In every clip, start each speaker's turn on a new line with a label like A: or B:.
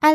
A: 艾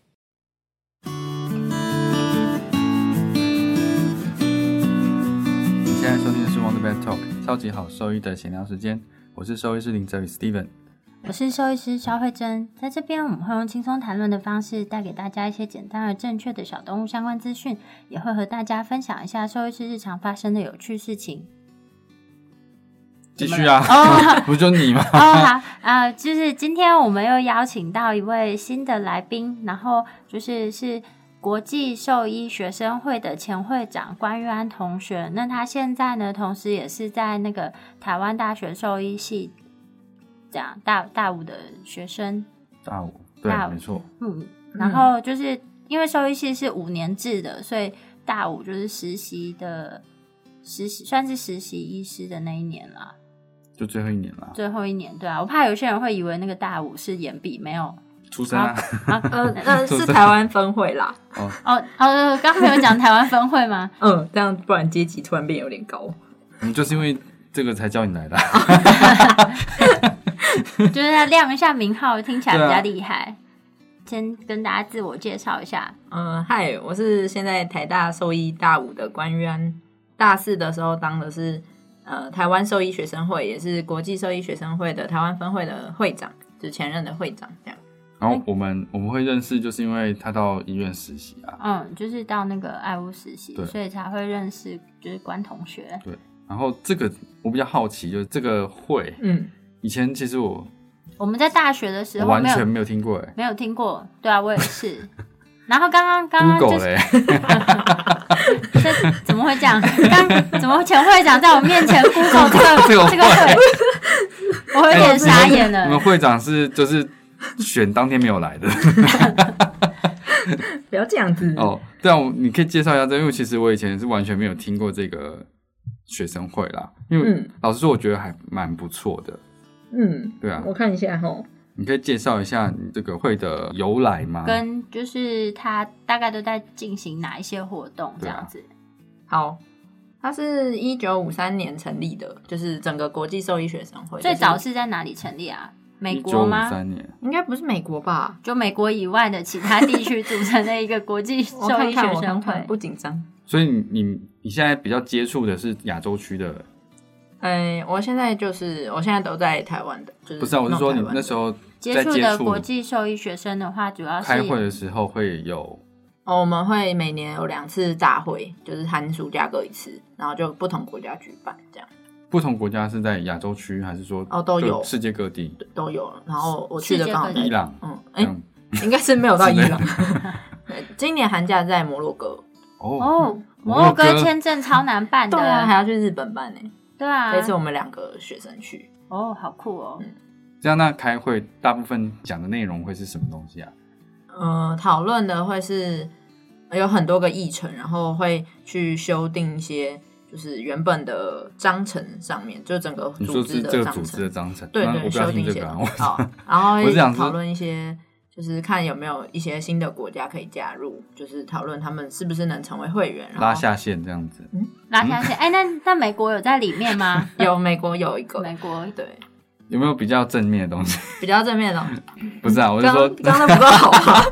B: 你现在收听的是 Wonder Vet Talk 超级好兽医的闲聊时间，我是兽医师林哲宇 Steven。
A: 我是兽医师肖慧珍，在这边我们会用轻松谈论的方式带给大家一些简单而正确的小动物相关资讯，也会和大家分享一下兽医师日常发生的有趣事情。
B: 继续啊，
A: 哦
B: 不就你吗？
A: 哦，好，呃，就是今天我们又邀请到一位新的来宾，然后就是是国际兽医学生会的前会长关玉安同学。那他现在呢，同时也是在那个台湾大学兽医系这样大大五的学生，
B: 大五，啊对
A: 大，五
B: 没错，
A: 嗯，然后就是因为兽医系是五年制的，所以大五就是实习的实习，算是实习医师的那一年啦，
B: 就最后一年啦，
A: 最后一年对啊，我怕有些人会以为那个大五是延毕，没 有
B: 出生啊，
A: 啊，
C: 呃
A: 呃
C: 呃，是台湾分会啦。
A: 哦哦，刚刚没有讲台湾分会 吗？
C: 嗯，这样不然阶级突然变有点高。
B: 我们就是因为这个才叫你来的。啊
A: 就是要亮一下名号，听起来比
B: 对啊
A: 较厉害。先跟大家自我介绍一下，
C: 嗯，嗨，我是现在台大兽医大五的官员，大四的时候当的是呃台湾兽医学生会，也是国际兽医学生会的台湾分会的会长，就是前任的会长这样。
B: 然
A: 哎
B: 后我们我们会认识，就是因为他到医院实习啊。
A: 嗯，就是到那个爱屋实习
B: 对，
A: 所以才会认识就是关同学，
B: 然后这个我比较好奇，就是这个会，
C: 嗯，
B: 以前其实我
A: 我们在大学的时
B: 我
A: 候
B: 完
A: 没有
B: 全没有听过哎
A: 没有听过，对啊，我也 是。然后刚刚刚刚啊就
B: ，Google 欸
A: 是
B: 嘞，
A: 这怎么会这样？刚怎么前会长在我面前 Google 这个
B: 这个哎
A: 这个会，我 有点傻眼
B: 我们
A: 了。
B: 会长是就是选当天没有来 的
C: 不要这样子。
B: 哦。对啊，我你可以介绍一下这个，因为其实我以前是完全没有听过这个学生会啦。因为、
C: 嗯
B: 老实说，我觉得还蛮不错的。
C: 嗯，
B: 对啊，
C: 我看一下哈。
B: 你可以介绍一下你这个会的由来吗？
A: 跟就是他大概都在进行哪一些活动这样子？
C: 好，它是一九五三年成立的，就是整个国际兽医学生会。
A: 最早
C: 就是
A: 是在哪里成立啊？美
B: 一
A: 国
B: 九五
A: 吗？
B: 三年，
C: 应该不是美国吧？
A: 就美国以外的其他地区组成的一个国际
C: 我
A: 兽
C: 看
A: 医
C: 看，
A: 学
C: 我看
A: 生
C: 看，
A: 会。
C: 不紧张。
B: 所以你你你现在比较接触的是亚洲区的，
C: 哎，我现在就是，我现在都在台湾的，就是
B: 不是啊？我是说你
C: 弄台湾的
B: 那时候
A: 接
B: 在
A: 触
B: 接
A: 的
B: 触
A: 国际兽医学生的话，主要是
B: 开会的时候会有
C: 哦，我们会每年有两次大会，就是寒暑假各一次，然后就不同国家举办，这样
B: 不同国家是在亚洲区还是说
C: 哦都有
B: 各世界各地？
C: 都有。然后我去的刚好
A: 世
C: 在
A: 界
B: 伊朗，
C: 嗯，哎、
B: 嗯，
C: 应该是没有到伊朗
B: 之。
C: 对今年寒假在摩洛哥，
B: 哦，
A: 哦，摩
B: 摩
A: 洛
B: 洛哥
A: 哥签证超难办的，
C: 对啊，还要去日本办呢、
A: 对啊，
C: 这次我们两个学生去，
A: 哦，好酷哦，
B: 这样那开会大部分讲的内容会是什么东西啊？
C: 嗯，讨论的会是有很多个议程，然后会去修订一些就是原本的章程上面，就整个
B: 你说
C: 组织
B: 是
C: 的
B: 这个
C: 章
B: 组
C: 程
B: 织的章程，
C: 对
B: 那
C: 对，
B: 我不要
C: 修
B: 听
C: 订一
B: 这
C: 些
B: 个啊，
C: 东
B: 我
C: 西。好，然后
B: 我
C: 会
B: 是想
C: 讨
B: 是
C: 论一些，就是看有没有一些新的国家可以加入，就是讨论他们是不是能成为会员。然后
B: 拉下线这样子。
A: 拉下线。哎、那那美国有在里面吗？
C: 有美国有一个，
A: 美国
C: 对，
B: 有没有比较正面的东西？
C: 比较正面的东西。
B: 不是啊，我是
C: 哦刚
B: 说，
C: 刚刚的不够好 吗？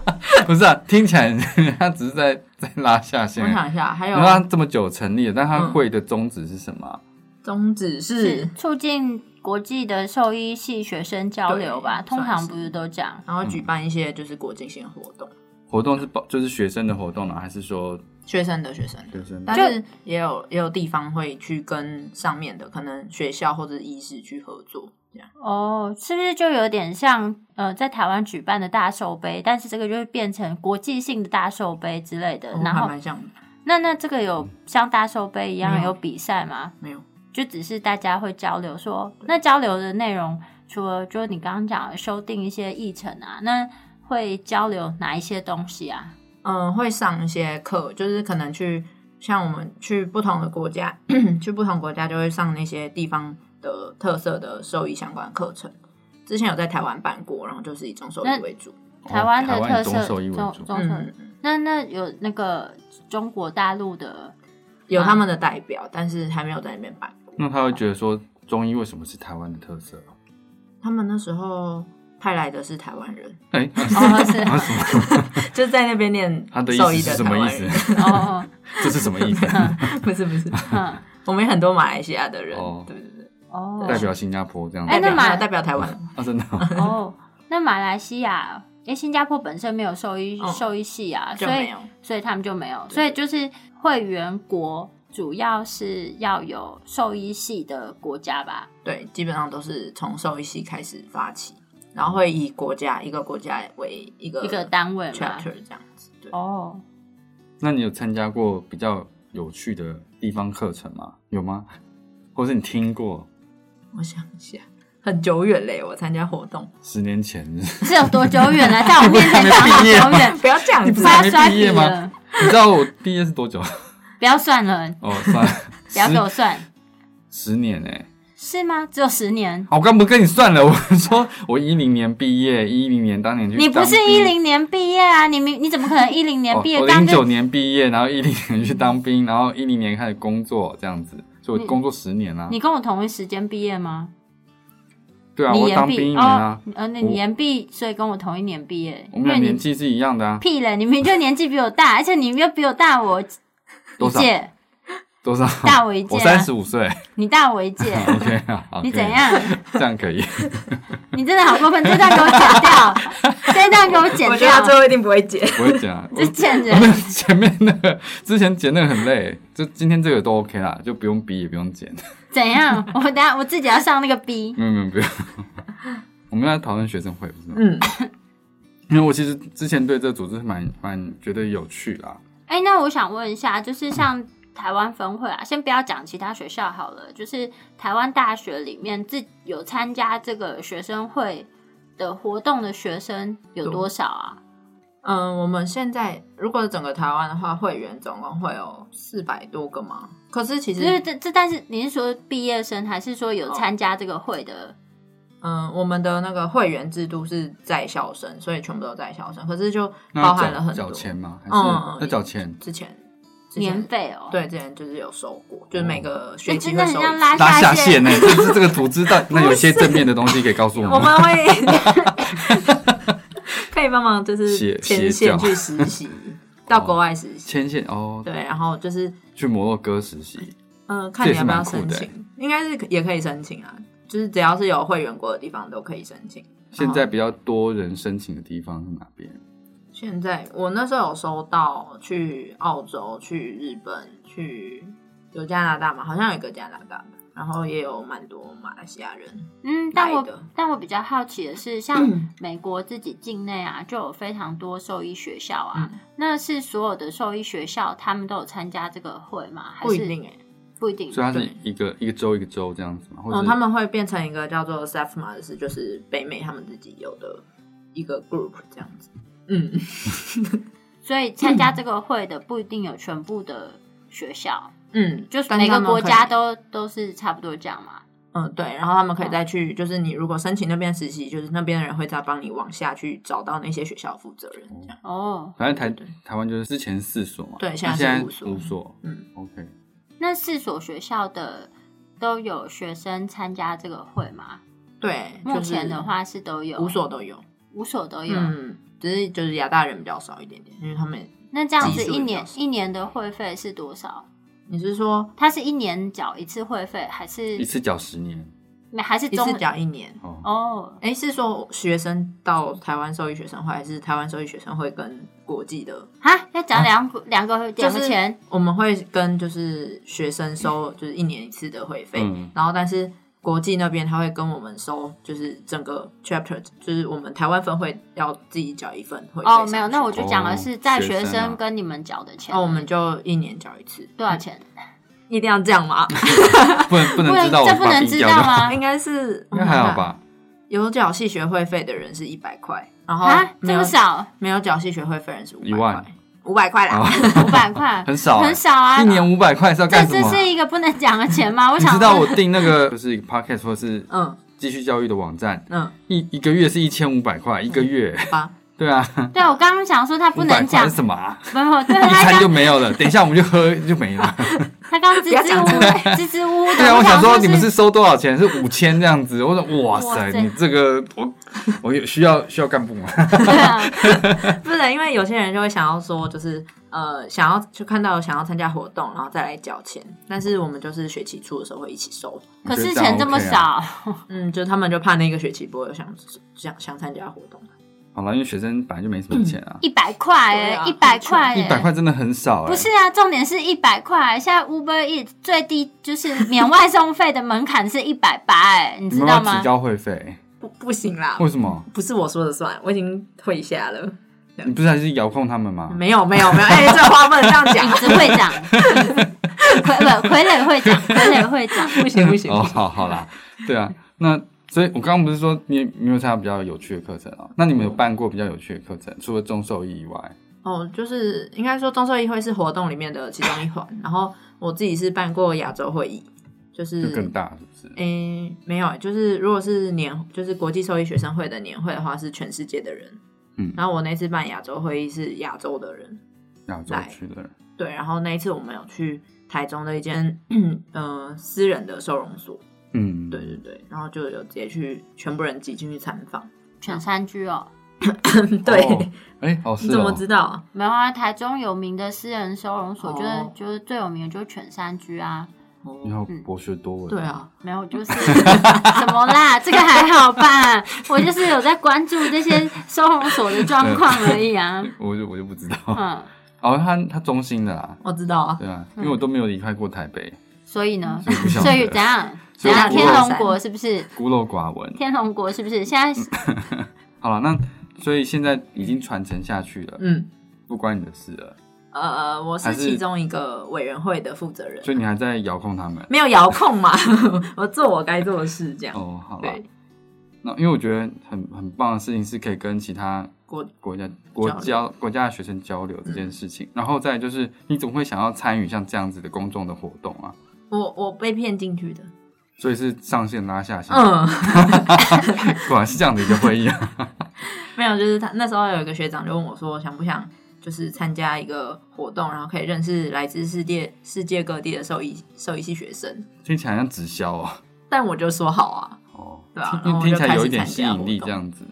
B: 不是啊，听起来他只是在在拉下线
C: 我。想一下，还有
B: 然后他这么久成立了，但他
C: 嗯
B: 会的宗旨是什么啊？
C: 宗旨
A: 是
C: 是，
A: 促进国际的兽医系学生交流吧？
C: 对
A: 通
C: 算
A: 常
C: 是
A: 不是都这样？
C: 然后举办一些就是国际性的活动，
B: 活动是保就是学生的活动呢，啊还是说
C: 学生的学生的。
B: 学生的？
C: 但是也有也有地方会去跟上面的可能学校或者医师去合作，这样
A: 哦，是不是就有点像呃，在台湾举办的大寿杯，但是这个就会变成国际性的大寿杯之类的。
C: 我
A: 嗯然
C: 还
A: 后，
C: 蛮像
A: 那那这个有像大寿杯一样
C: 没有
A: 有比赛吗？
C: 没有
A: 就只是大家会交流说，那交流的内容除了就是你刚刚讲的修订一些议程啊，那会交流哪一些东西啊？
C: 呃嗯，会上一些课，就是可能去像我们去不同的国家， 去不同国家就会上那些地方的特色的兽医相关课程。之前有在台湾办过，然后就是以中兽医为主。
A: 台湾的
B: 哦台
A: 特
B: 湾
A: 色
B: 中兽医为
A: 中
B: 主，
A: 中兽
C: 嗯，
A: 那那有那个中国大陆的，嗯
C: 有他们的代表，但是还没有在那边办过。
B: 那他会觉得说中医为什么是台湾的特色？
C: 他们那时候派来的是台湾人，
B: 哎、
A: 哦是
B: 他什么？
C: 就在那边念
B: 他的意
C: 兽医
B: 思是什
C: 台
B: 么
C: 湾
B: 意
C: 人。
B: 思？
A: 哦，
B: 这是什么意思？
C: 不是不是，
A: 嗯
C: 我们有很多马来西亚的人，
B: 哦
C: 对对对，
A: 哦，
B: 代表新加坡这样子？
A: 哎那
C: 代表
A: 马
C: 代表台湾，
B: 啊，真的哦、
A: 哦，那马来西亚，因为新加坡本身没有兽医、
C: 嗯
B: 哦
A: 兽医系啊，
C: 就
A: 所
C: 没
A: 以
C: 有
A: 所以他们就没有，
C: 对
A: 所以就是会员国主要是要有兽医系的国家吧。
C: 对，基本上都是从兽医系开始发起，然后会以国家一个国家为一
B: 呃
A: 一
C: 个
A: 个单位嘛
C: chapter 这样子，对，
A: 哦，
B: 那你有参加过比较有趣的地方课程吗？有吗？或是你听过
C: 我想一下，很久远嘞，我参加活动，
B: 十年前？ 你
A: 是有多久远呢？在我面前讲好 久远，
C: 不要这样
B: 你不
C: 子啊
A: 快
B: 是，还
A: 要
B: 没
A: 摔
B: 毕
A: 笔
B: 业吗
A: 了，
B: 知道我毕业是多久？
A: 不要算了，
B: 哦，算了，
A: 不要给我
B: 十
A: 算，
B: 十年哎、
A: 是吗？只有十年。
B: 啊我刚不跟你算了，我说我一零年毕业，一零年当年去当兵，
A: 你不是一零年毕业啊？你明你怎么可能一零年毕业？
B: 哦、我
A: 这样
B: 零九
A: 就
B: 年毕业，然后一零年去当兵，然后一零年开始工作，这样子，所以
A: 你
B: 我工作十年啦、啊。
A: 你跟我同一时间毕业吗？
B: 对啊，
A: 你
B: 我
A: 延
B: 当兵一
A: 毕
B: 年啊
A: 哦，，呃，那
B: 我
A: 你延毕，所以跟我同一年毕业，
B: 我
A: 因
B: 们
A: 为
B: 俩
A: 你
B: 年纪是一样的啊，
A: 屁嘞！你明明就年纪比我大，而且你又比我大我一
B: 多少
A: 届，
B: 多少？
A: 大我一届
B: 我
A: 啊
B: 三十五岁
A: 你大我一届，
B: ，OK 啊，好
A: 你
B: 可以
A: 怎样？
B: 这样可以。
A: 你真的好过分！这段给我剪掉，这段给我剪
C: 我觉得他最
A: 掉，
C: 后一定不会解，
B: 我会讲，啊我
A: 这贱
B: 我
A: 人！
B: 们前面那个之前剪那个很累，就今天这个都 OK 啦，就不用逼也不用剪，
A: 怎样？我等下我自己要上那个 B，
B: 没有没有不用。 我们要讨论学生会不是吗？
C: 嗯，
B: 因为我其实之前对这个组织蛮蛮觉得有趣啦，
A: 哎、那我想问一下，就是像台湾分会啊，先不要讲其他学校好了，就是台湾大学里面自有参加这个学生会的活动的学生有多少啊？
C: 嗯，我们现在如果整个台湾的话，会员总共会有四百多个嘛。可是其
A: 就是
C: 实，
A: 这这，但是你是说毕业生，还是说
C: 哦
A: 有参加这个会的？
C: 嗯，我们的那个会员制度是在校生，所以全部都在校生。可是就
B: 那要
C: 包含
B: 缴
C: 了很多
B: 缴钱吗？还
C: 嗯
B: 是要缴钱？
C: 之前，之
A: 年
C: 前
A: 费哦、，
C: 对之前就是有收过，就是
B: 哦
C: 每个
A: 那
C: 学
A: 真
C: 期会
A: 的很
C: 收一次。
A: 像拉
B: 拉下线
A: 线
B: 呢、这是这个组织到那有一些正面的东西可以告诉
C: 我
B: 我们。
C: 们会 可以帮忙，就是
B: 写
C: 牵
B: 写教
C: 线去 实习，到国外实习。
B: 牵哦线哦，
C: 对，然后就是
B: 去摩洛哥实习，
C: 嗯、呃看你要不要
B: 这也是
C: 申
B: 蛮酷的
C: 请，应该是可也可以申请啊，就是只要是有会员国的地方都可以申请。
B: 现在比较多人申请的地方是哪边？
C: 现在我那时候有收到去澳洲、去日本、去有加拿大嘛，好像有一个加拿大的，然后也有蛮多马来西亚人
A: 嗯，但
C: 来
A: 我
C: 的。
A: 但我比较好奇的是，
C: 嗯
A: 像美国自己境内啊，就有非常多兽医学校啊。
C: 嗯
A: 那是所有的兽医学校他们都有参加这个会吗？还是
C: 不一定哎、
A: 不一定。
B: 所以它是
C: 对
B: 一个一个州一个州这样子嘛，或者
C: 嗯，他们会变成一个叫做 SAFMA 的事，就是北美他们自己有的一个 group 这样子。嗯，
A: 所以参加这个会的不一定有全部的学校，
C: 嗯，
A: 就是
C: 但
A: 每
C: 他
A: 个
C: 们
A: 国
C: 可以
A: 家都都是差不多这样嘛。
C: 嗯对，然后他们可以再去，就是你如果申请那边实习，就是那边的人会再帮你往下去找到那些学校负责人这样。
A: 哦，
B: 反正台
C: 对
B: 台湾就是之前四所嘛，
C: 对
B: 那
C: 现在是
B: 现在
C: 五所
B: 五所，
C: 嗯
B: ，OK，
A: 那四所学校的都有学生参加这个会吗？
C: 对，
A: 目前的话是都有，
C: 五所都有，
A: 五所都有。
C: 嗯，只是就是亚大人比较少一点点，因为他们
A: 那这样
C: 基
A: 子
C: 数
A: 一
C: 比较
A: 年
C: 少
A: 一年的会费是多少？
C: 你是说
A: 它是一年缴一次会费，还
B: 一
A: 是
B: 次缴十年
A: 还是
C: 一
A: 中
C: 次缴一年？
B: 哦，
A: 哦？
C: 哎，是说学生到台湾受益学生会，还是台湾受益学生会跟国际的
A: 哈，要
B: 啊
A: 缴两个两个
C: 就
A: 两
C: 是
A: 个钱，
C: 我们会跟就是学 生收就是一年一次的会费，
B: 嗯
C: 然后但是国际那边他会跟我们收，就是整个 chapter，就是我们台湾分会要自己缴一份会费
A: 哦
C: 上，去哦
A: 没有，那我就讲
B: 哦
A: 的是在
B: 学
A: 学
B: 生啊哦
A: 生跟你们缴的钱，
C: 那我们就一年缴一次，
A: 多少钱？
C: 一定要这样吗？
B: 不能不
A: 不
B: 能
A: 能
B: 知道我
A: 这不
B: 把它
A: 能
B: 逼
A: 知
B: 掉
A: 道
B: 的，
A: 吗
C: 应？该是
B: 应
C: 嗯
B: 该还好？吧？
C: 有缴系学会费的人是一百块，然后
A: 啊，
C: 没
A: 这
C: 有
A: 么少？
C: 没有缴系学会费的人是五
B: 一
C: 百
B: 万
C: 块，五百块啦。
B: 哦，
A: 五百块
B: 很少啊
A: 很少啊，
B: 一年五百块是要
A: 这
B: 干什
A: 这
B: 么啊？
A: 是一个不能讲的钱吗？我
B: 你
A: 想
B: 知道我
A: 问
B: 订那个 就是一个 podcast 或是
C: 嗯
B: 继续教育的网站，
C: 嗯，
B: 一一个月是一千五百块一个月。
C: 好吧，
B: 对啊，
A: 对我刚刚想说他不
B: 五百
A: 能
B: 块
A: 讲
B: 是，什么啊？
A: 不不， 对
B: 一
A: 他
B: 餐
A: 刚
B: 就没有了，等一下我们就喝就没 了。
A: 他刚支
C: 不要
A: 支
C: 讲出
A: 吾支支吾吾的，
B: 对啊，我想
A: 想
B: 说
A: 是
B: 你们是收多少钱？是五千这样子？我说哇塞
A: 哇，塞
B: 你这个我我有需要需要干部吗？
A: 对 啊
C: 不是因为有些人就会想要说，就是呃，想要就看到想要参加活动，然后再来缴钱，但是我们就是学期初的时候会一起收，
A: 可是
B: 我觉得这样
A: 钱这么
B: OK 啊
A: 少，
C: 嗯，就他们就怕那个学期不会有想想想参加活动，
B: 好了，因为学生本来就没什么钱啊，
A: 一百块
C: 对
A: 哎，
C: 啊
A: 一百块
B: 一
A: 哎
B: 百。块真的很少哎、
A: 不是啊，重点是一百块。现在 Uber E 最低就是免外送费的门槛是一百八，哎，你
B: 你
A: 知
B: 们
A: 道
B: 要不要
A: 吗
B: 提？交会费？
C: 不不行啦，
B: 为什么？
C: 不是我说的算，我已经退下了。
B: 你不是还是遥控他们吗？
C: 没有没有没有，哎、这话不能这样讲
A: 影，子会长，傀不傀儡会长，傀儡会长。
C: 不行不
A: 嗯
C: 行
B: 哦，
C: 不行。
B: 好好啦，对啊，那所以我刚刚不是说你没有参加比较有趣的课程哦？那你们有办过比较有趣的课程？除了中兽医以外，
C: 哦，就是应该说中社议会是活动里面的其中一环，然后我自己是办过亚洲会议，就是
B: 就更大是不是？
C: 诶，没有，就是如果是年，就是国际兽医学生会的年会的话，是全世界的人。
B: 嗯
C: 然后我那次办亚洲会议是亚洲的人，
A: 嗯
B: 亚洲区的人，
C: 对。然后那一次我们有去台中的一间嗯、呃私人的收容所，
B: 嗯，
C: 对对对。然后就有直接去全部人挤进去参访。
A: 犬山居哦，
C: 对，
B: 哦哎、哦是
C: 你怎么
B: 哦，
C: 知道啊？
A: 没有啊，台中有名的私人收容所，就是、
C: 哦
A: 就是最有名的就是犬山居啊。
B: 你好博学多闻，
C: 嗯对，啊，
A: 没有，就是 怎么啦？这个还好吧？我就是有在关注这些收容所的状况而已 啊。
B: 我就我就不知道，
A: 嗯，
B: 哦，他他中心的啦，
C: 我知道啊。
B: 对啊，因为我都没有离开过台北，
A: 所以呢，
B: 所以不晓
A: 所以怎
B: 得
A: 样？
B: 所
A: 怎
B: 以
C: 啊
A: 样？
B: 我
A: 天龙国是不是？
B: 孤陋寡闻。
A: 天龙国是不是？现在是
B: 好了，那所以现在已经传承下去了，
C: 嗯，
B: 不关你的事了，
C: 呃，我
B: 还
C: 是
B: 是
C: 其中一个委员会的负责人，
B: 所以你还在遥控他们。
C: 没有遥控嘛， 我做我该做的事，这样。
B: 哦，好了
C: 对，，
B: 那因为我觉得很很棒的事情是可以跟其他
C: 国
B: 国家国
C: 交
B: 家国家的学生交流这件事情，然后再来就是你总会想要参与像这样子的公众的活动啊，
C: 我我被骗进去的，
B: 所以是哦上线拉下线，
C: 嗯。
B: 果然是这样的一个会议啊。
C: 没有，就是他那时候有一个学长就问我说，想不想就是参加一个活动，然后可以认识来自世界世界各地的兽医兽医系学生。
B: 听起来像直销哦，
C: 但我就说好啊，
B: 哦，
C: 对啊然
B: 听
C: 后我
B: 听
C: 就
B: 起来
C: 开始
B: 有一点
C: 参
B: 吸
C: 加活
B: 引力
C: 动
B: 这样子，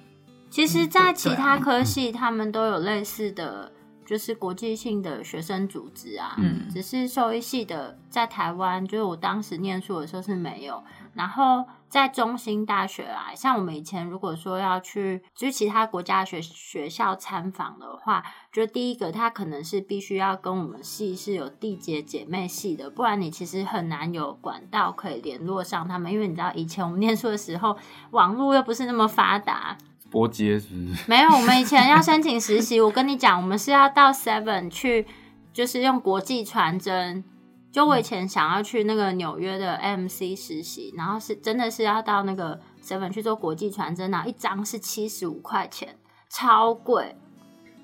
A: 其实，在其
C: 对啊
A: 他科系，他们都有类似的，就是国际性的学生组织啊。
B: 嗯
A: 只是兽医系的在台湾，就是我当时念书的时候是没有。然后在中兴大学啊，像我们以前如果说要去就是其他国家的学学校参访的话，就第一个它可能是必须要跟我们系是有缔结姐妹系的，不然你其实很难有管道可以联络上他们。因为你知道以前我们念书的时候，网络又不是那么发达，
B: 波接是不是？
A: 没有，我们以前要申请实习，我跟你讲，我们是要到 Seven 去，就是用国际传真。就我以前想要去那个纽约的 MC 实习，然后是真的是要到那个 Seven 去做国际传真，然后一张是七十五块钱，超贵，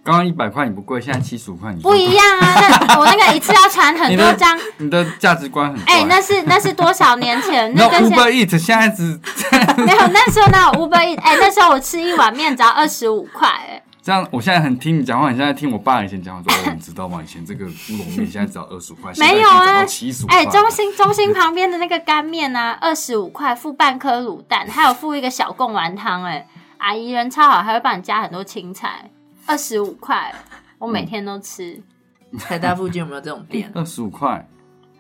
B: 刚刚一百块你不贵，现在七十五块你就
A: 不一样啊！ 那我那个一次要传很多张，
B: 你的价值观很
A: 哎、
B: 怪
A: 那是那是多少年前？
B: 那
A: 那跟现
B: Uber Eat 现在只
A: 没有，那时候哪有 Uber Eats？哎、那时候我吃一碗面只要二十五块，哎，
B: 这样，我现在很听你讲话，你现在听我爸以前讲话说，哦，你知道吗？以前这个乌龙面现在只要二十五块，
A: 没有啊
B: 七十五块。？
A: 哎、中心中心旁边的那个干面呢、啊，二十五块附半颗卤蛋，还有附一个小贡丸汤、哎，阿姨人超好，还会帮你加很多青菜，二十五块，我每天都吃。
C: 台大附近有没有这种 店
B: 二十五块，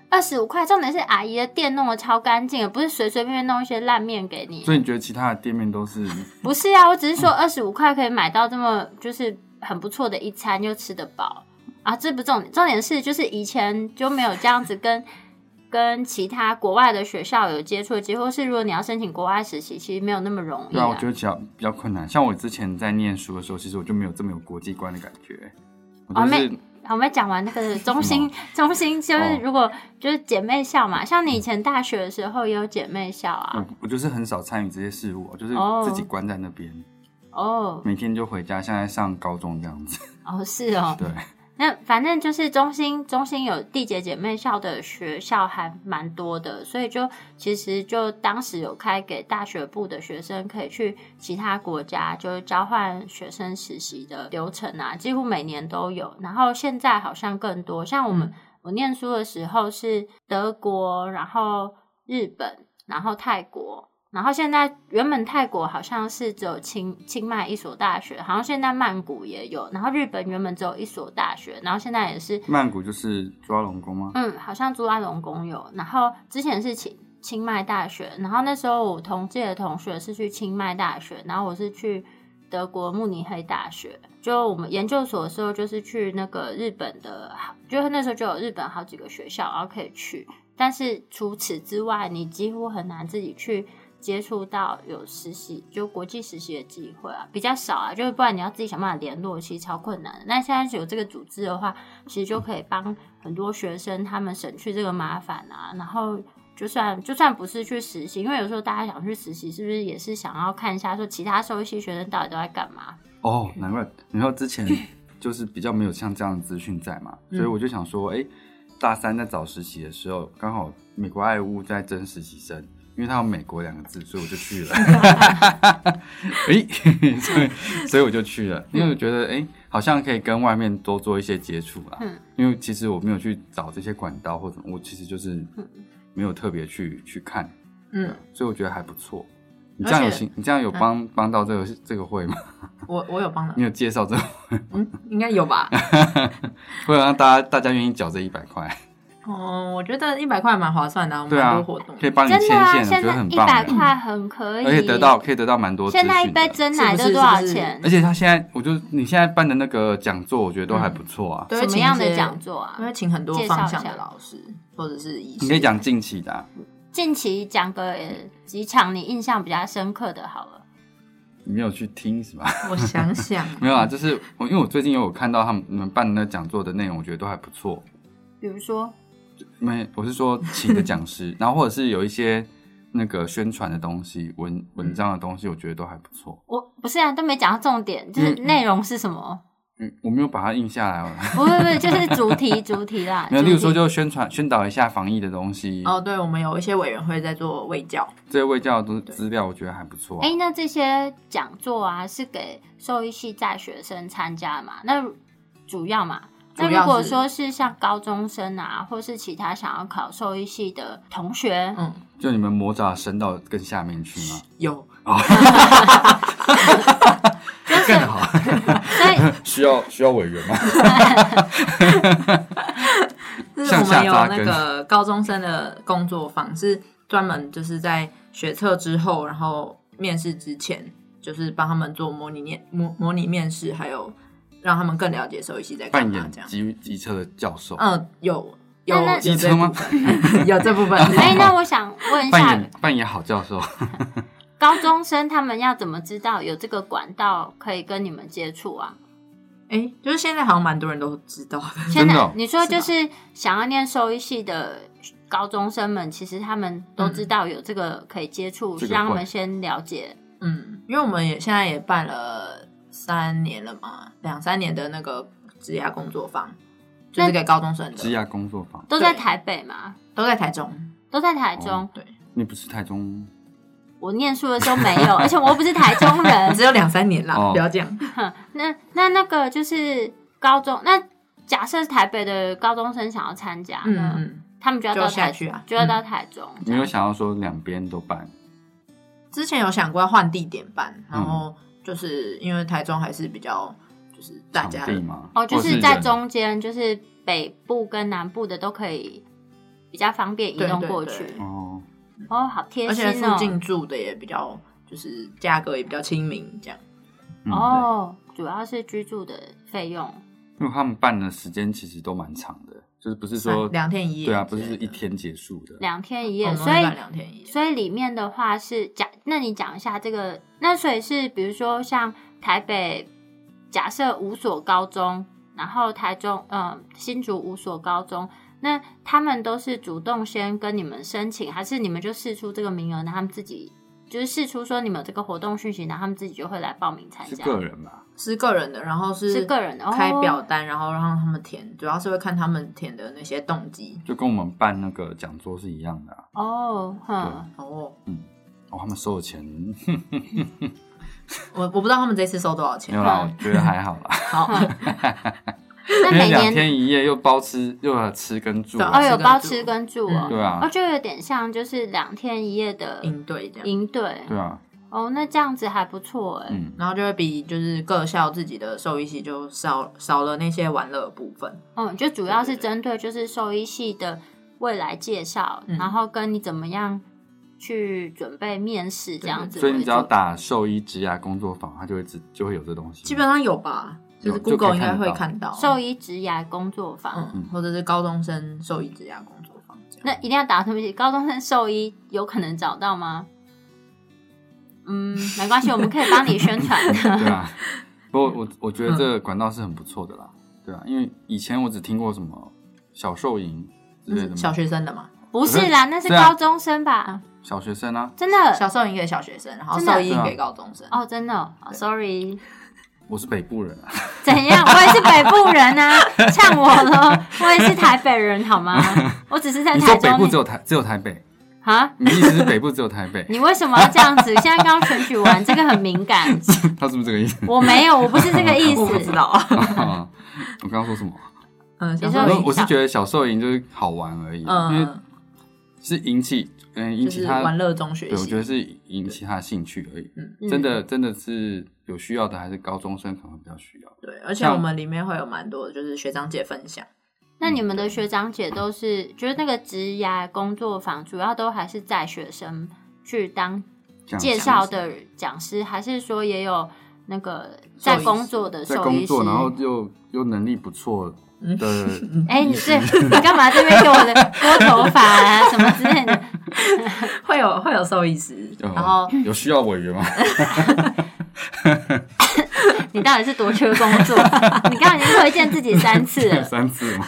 A: 二十五块，重点是阿姨的店弄得超干净的，不是随随便便弄一些烂面给你。
B: 所以你觉得其他的店面都是
A: 不是啊，我只是说二十五块可以买到这么就是很不错的一餐，又吃得饱啊，这不重点，重点是就是以前就没有这样子跟 跟其他国外的学校有接触的机会，或是如果你要申请国外实习，其实没有那么容易
B: 对啊？我觉得比较比较困难。像我之前在念书的时候，其实我就没有这么有国际观的感觉，我
A: 哦
B: 就
A: 没
B: 是
A: 好，我们讲完那个中 心，中心就是
B: 嗯哦
A: 如果就是姐妹校嘛，像你以前大学的时候也有姐妹校啊
B: 我，我就是很少参与这些事物，我就是
A: 哦
B: 自己关在那边，
A: 哦
B: 每天就回家，像在上高中这样子。
A: 哦是哦，
B: 对，
A: 那反正就是中心，中心有缔结姐妹校的学校还蛮多的，所以就其实就当时有开给大学部的学生可以去其他国家，就是交换学生实习的流程啊，几乎每年都有。然后现在好像更多，像我们、
C: 嗯
A: 我念书的时候是德国，然后日本，然后泰国。然后现在原本泰国好像是只有清清迈一所大学，好像现在曼谷也有。然后日本原本只有一所大学，然后现在也是
B: 曼谷就是抓龙宫吗？
A: 嗯，好像朱拉隆功有，然后之前是清清迈大学，然后那时候我同届的同学是去清迈大学，然后我是去德国慕尼黑大学。就我们研究所的时候，就是去那个日本的，就是那时候就有日本好几个学校，然后可以去。但是除此之外，你几乎很难自己去接触到有实习，就国际实习的机会啊，比较少啊。就是不然你要自己想办法联络，其实超困难的。那现在有这个组织的话，其实就可以帮很多学生他们省去这个麻烦啊。然后就算就算不是去实习，因为有时候大家想去实习，是不是也是想要看一下说其他兽医系学生到底都在干嘛？
B: 哦，难怪。然后之前就是比较没有像这样的资讯在嘛，
C: 嗯
B: 所以我就想说，哎、大三在找实习的时候，刚好美国爱屋在征实习生，因为它有美国两个字，所以我就去了。 哎、 所以所以我就去了，因为我觉得，哎、好像可以跟外面多做一些接触啦。
A: 嗯
B: 因为其实我没有去找这些管道或什么，我其实就是没有特别去去看，
C: 嗯，
B: 所以我觉得还不错。你
C: 而
B: 这样有
C: 且嗯
B: 兴，你这样有帮帮到这个这个会吗？
C: 我我有帮的
B: 你，有介绍这个
C: 嗯，应该 有吧？
B: 会让大家大家愿意缴这一百 块，
C: 哦，我觉得一百块蛮划算的啊，我们
B: 对
C: 蛮
B: 啊
C: 多活动，
B: 可以帮你
A: 真
B: 牵
A: 的
B: 线，
A: 啊，
B: 我觉
A: 现
B: 得
A: 在
B: 很
A: 一
B: 棒
A: 百
B: 的，
A: 块很可以，
B: 而且得到可以得到蛮多资
A: 现
B: 讯
A: 在一杯
B: 的。
A: 真奶
C: 是
A: 都
C: 不是
A: 多少
C: 是不是
A: 钱
B: 而？且他现在，我就你现在办的那个讲座，我觉得都还不错啊。
C: 对
A: 什么样
C: 请一
A: 的
C: 些
A: 讲座啊
C: 因？为请很多
A: 介绍
C: 方
A: 一
C: 向
A: 下
C: 的老师或者是医师，
B: 你可以讲近期的、啊，
A: 近期讲个呃几场你印象比较深刻的，好了。
B: 你没有去听是吧？
C: 我想想，
B: 没有啊，就是我因为我最近有看到他们你们办的那讲座的内容，我觉得都还不错。
A: 比如说，
B: 没，我是说请的讲 师，然后或者是有一些那个宣传的东西、文文章的东西，我觉得都还不错。
A: 我不是啊，都没讲到重点，就是
B: 嗯
A: 内容是什么？
B: 嗯，我没有把它印下来哦。
A: 不是不是，就是主题主题啦。
B: 没有，例如说
A: 主题
B: 就宣传宣导一下防疫的东西，
C: 哦，对，我们有一些委员会在做卫教，
B: 这些卫教的资料我觉得还不错啊、
A: 哎、那这些讲座啊，是给兽医系在学生参加嘛？那主要嘛？那
C: 主要
A: 如果
C: 是
A: 说是像高中生啊，或是其他想要考兽医系的同 学，
C: 嗯，
B: 就你们魔爪伸到更下面去 吗？
C: 有
A: 就是
B: 更 好，
A: 所以
B: 需要需要委员吗？
C: 就是
B: 向
C: 我们
B: 下
C: 有
B: 扎
C: 那
B: 根
C: 个高中生的工作坊，是专门就是在学测之后，然后面试之前，就是帮他们做模拟面模模拟面试，还有让他们更了解兽医系在干
B: 扮
C: 嘛
B: 演
C: 这样。
B: 机机车的教授，
C: 嗯，有有
A: 那那
C: 有这
B: 机车吗
C: 部分？有这部分。
A: 哎、那我想问一
B: 扮
A: 下，
B: 演扮演好教授，
A: 高中生他们要怎么知道有这个管道可以跟你们接触啊？
C: 哎，就是现在好像蛮多人都知道的。
A: 现在
B: 真的哦
A: 你说
C: 是吧
A: 就是想要念兽医系的高中生们，其实他们都知道有这个可以接触，
B: 嗯这个
A: 让他
B: 会
A: 们先了解。
C: 嗯，因为我们也现在也办了三年了嘛，两三年的那个职涯工作坊，就是给高中生
B: 职
C: 的，
B: 涯工作坊。
A: 都在
C: 对
A: 台北嘛，
C: 都在台中。
A: 都在台中。
B: 哦
C: 对，
B: 你不是台中
A: 我念书的时候没有，而且我又不是台中人。
C: 只有两三年啦，
B: 哦
C: 不要这样。
A: 哼那那那个就是高中，那假设台北的高中生想要参加，
C: 嗯
A: 嗯，
C: 嗯，
A: 他们就要
C: 就
A: 到
C: 下
A: 台
C: 去啊。
A: 就要
C: 嗯
A: 到台中。
B: 没有想要说两边都办，
C: 之前有想过要换地点办，
A: 嗯
C: 然后就是因为台中还是比较就是大
B: 场
C: 家
B: 地吗？
A: 哦，就
B: 或是
A: 是在
B: 人
A: 中间，就是北部跟南部的都可以比较方便移
C: 对
A: 动
C: 对
A: 过
C: 对
A: 去。
B: 哦，
A: 哦，好贴
C: 而且
A: 心
C: 附
A: 哦！
C: 近嗯住的也比较就是价格也比较亲民，这样。
B: 嗯，
A: 哦，主要是居住的费用。
B: 对因为他们办的时间其实都蛮长的，就是不是说
C: 三两天一夜
B: 对啊，不
C: 之类
B: 是
C: 的
B: 是一天结束的。
A: 两天一夜，
C: 我们
A: 所
C: 会办
A: 以
C: 哦两天一夜。
A: 所以里面的话是讲，那你讲一下这个，那所以是比如说像台北，假设五所高中，然后台中，嗯、新竹五所高中，那他们都是主动先跟你们申请，还是你们就试出这个名额，让他们自己就是试出说你们有这个活动讯息，然后他们自己就会来报名参
B: 是
A: 加。
B: 个人啊吧？
C: 是个人的，然后是
A: 是个人的哦
C: 开表单，然后让他们填，主要是会看他们填的那些动机。
B: 就跟我们办那个讲座是一样的啊、
A: 哦，哼，
C: 哦，
B: 哦，他们收的 钱
C: 我我不知道他们这次收多少
B: 没
C: 钱
B: 有。啦，我觉得还好啦。
C: 好，
A: 那
B: 因为
A: 每
B: 两
A: 年
B: 天一夜又包吃又有吃跟住啊，
A: 哦有包
C: 吃
A: 吃
C: 跟嗯
A: 跟住哦，
B: 对
A: 哦
B: 啊，
A: 就有点像就是两天一夜的
C: 应对这样，
A: 营队
B: 对啊，
A: 哦，那这样子还不错哎，
B: 嗯，
C: 然后就会比就是各校自己的兽医系就少少了那些玩乐的部分。
A: 嗯，就主要是
C: 对对对
A: 针对就是兽医系的未来介绍，
C: 嗯
A: 然后跟你怎么样去准备面试这样子为主，
B: 所以你只要打兽医职涯工作坊，它就会知就会有这东西。
C: 基本上有吧，就
B: 有
C: 是
B: 就可
C: Google
B: 以
C: 应该
B: 看得
C: 会
B: 到
C: 看到
A: 兽医职涯工作坊，
C: 嗯，或者是高中生兽医职涯工作坊这样。
A: 那一定要打对不起，高中生兽医有可能找到吗？嗯，没关系，我们可以帮你宣传。
B: 对 啊，不过我我
A: 嗯
B: 觉得这个管道是很不错的啦，对啊，因为以前我只听过什么小兽营之类的
C: 嗯
B: 嘛，
C: 小学生的嘛，
A: 不是啦，那是
B: 对啊
A: 高中生吧？
B: 小学生啊，
A: 真的
C: 小兽医给小学生，然后
A: 真的
C: 兽医
B: 对啊
C: 给高中生。
A: 哦，真的哦、哦 Sorry，
B: 我是北部人啊，
A: 怎样？我也是北部人 啊，呛我了，我也是台北人好吗？我只是在
B: 你说
A: 台
B: 北部
A: 中
B: 只有台只有台北，
A: 啊。
B: 你的意思是北部只有台 北？
A: 你为什么要这样子？现在刚刚选举 完，这个很敏感。
B: 他是不是这个 意思？
A: 我没有，我哦不是这个意
C: 我不知
A: 思。
C: 道 啊，
B: 啊我刚刚说什么？
C: 嗯，小
A: 你
C: 兽
A: 说
B: 我
C: 医
B: 说
A: 影
B: 我是
A: 响
B: 觉得小兽营就是好玩而已，因为
C: 嗯，
B: 是引起嗯
C: 就
B: 引起
C: 是
B: 他
C: 玩乐中学
B: 对，我
C: 习
B: 觉得是引起他的兴趣而已。
A: 嗯
B: 真的，真的是有需要的，还是高中生可能比较需要。
C: 对，而且
B: 像
C: 我们里面会有蛮多的就是学长姐分享，
A: 那你们的学长姐都是，就是那个职涯工作坊，主要都还是在学生去当
B: 这样
A: 介绍的讲师，还是说也有那个在工作的
B: 在
A: 兽
B: 工
A: 医师
B: 作，？然后又又能力不错的，呃
A: 哎、你这你干嘛这边给我的拨头发啊什么之类的？
C: 会有会有兽医师，
B: 呃
C: 然后
B: 有需要委员吗？
A: 你到底是多缺工 作？你刚刚已经推荐自己三次了，
B: 三 次吗？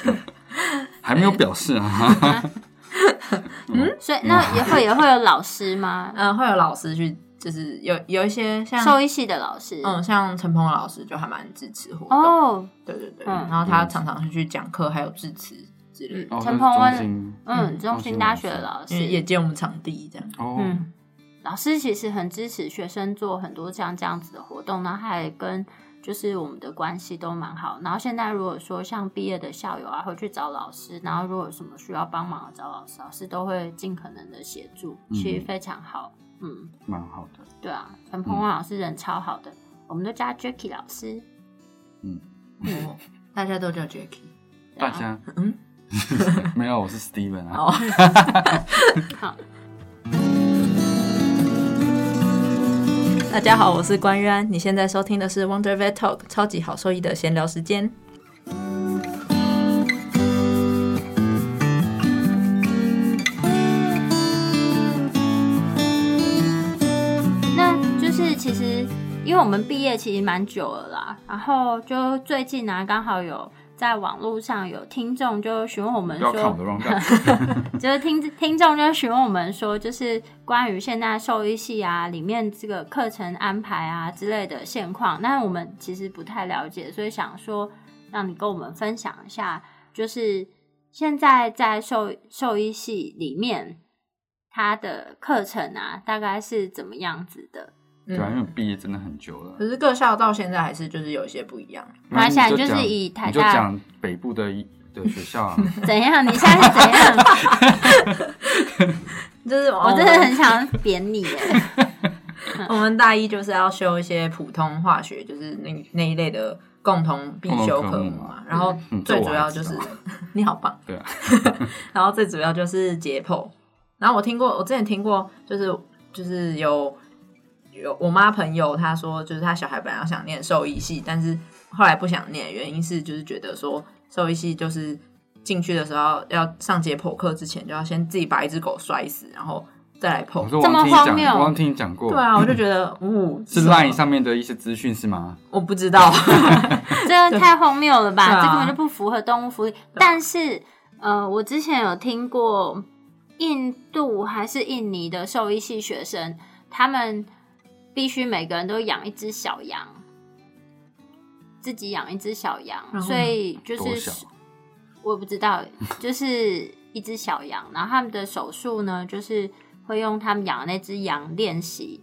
B: 还没有表示啊。
A: 所以
B: 嗯
A: 那也会也会有老师吗？
C: 嗯，会有老师去，就是有有一些
A: 兽
C: 像
A: 医系的老师？
C: 嗯，像陈鹏老师就还蛮支持活动，
A: 哦，
C: 对对对，
A: 嗯
C: 然后他常常是去讲课，还有致辞之类的，
B: 哦
A: 陈鹏
B: 这
A: 湾
B: 是中心
A: 嗯，中
B: 中
A: 心
B: 心
A: 大
B: 老
A: 学
B: 师
A: 的老
C: 因为嗯也
A: 师，
C: 借我们场地这样，
B: 哦，
A: 嗯，老师其实很支持学生做很多像这样子的活动，然后还跟就是我们的关系都蛮好。然后现在如果说像毕业的校友啊，会去找老师，然后如果有什么需要帮忙找老师，老师都会尽可能的协助，
B: 嗯
A: 其实非常好。嗯，
B: 蛮好的。
A: 对啊，
B: 嗯
A: 陈鹏旺老师人超好的，我们都叫 Jacky 老师。嗯
C: 哦，大家都叫 Jacky，
A: 对啊
B: 大家，
C: 嗯，
B: 没有，我是 Steven 啊。
C: 哦，
A: 好，
C: 大家好，我是关渊，你现在收听的是 Wonder Vet Talk 超级好兽医的闲聊时间。
A: 那就是其实因为我们毕业其实蛮久了啦，然后就最近啊，刚好有在网络上有听众就询问我们
B: 不要看
A: 说
B: 我的，round up，
A: 就是听听众就询问我们说，就是关于现在兽医系啊里面这个课程安排啊之类的现况，那我们其实不太了解，所以想说让你跟我们分享一下，就是现在在兽兽医系里面，它的课程啊大概是怎么样子的？
B: 对啊，因
C: 嗯，
B: 为毕业真的很久了
C: 可。是各校到现在还是就是有一些不一样，
A: 嗯马来西亚
B: 那你
A: 就是
B: 讲
A: 以台
B: 你就
A: 大
B: 讲北部的一的学 校啊，
A: 怎样？你现在是怎样？
C: 就是
A: 我真的很想扁你耶！
C: 我们大一就是要修一些普通化学，就是那那一类的共同必修科目嘛。然后
B: 嗯
C: 最主要就是、
B: 这我
C: 你好棒，
B: 对啊，
C: 然后最主要就是解剖。然后我听过，我之前听过，就是就是有有我妈朋友她说，就是她小孩本来要想念兽医系，但是后来不想念，原因是就是觉得说兽医系就是进去的时候要上解剖课之前，就要先自己把一只狗摔死，然后再来剖
B: 我。说我
A: 这么
B: 忘记你
A: 荒
B: 讲，
A: 谬
B: 我忘记你讲过，
C: 对啊，我就觉得，呜、
B: 是
C: 什么
B: Line 上面的一些资讯是吗？
C: 我不知 道，
A: 这个太荒谬了吧？
C: 对啊
A: 这根本就不符合动物福利。但是，呃，我之前有听过印度还是印尼的兽医系学生，他们必须每个人都养一只小羊，自己养一只小羊，
C: 然后
A: 所以就
B: 多
A: 是
B: 小？
A: 我也不知道，就是一只小羊。然后他们的手术呢，就是会用他们养的那只羊练习，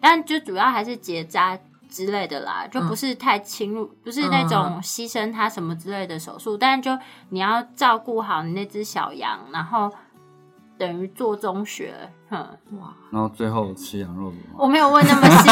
A: 但就主要还是结扎之类的啦，就不
B: 嗯
A: 是太侵入，不是那种牺牲它什么之类的手术。但就你要照顾好你那只小羊，然后等于做中学。哼，
B: 然后最后吃羊肉炉
A: 我没有问那么 细，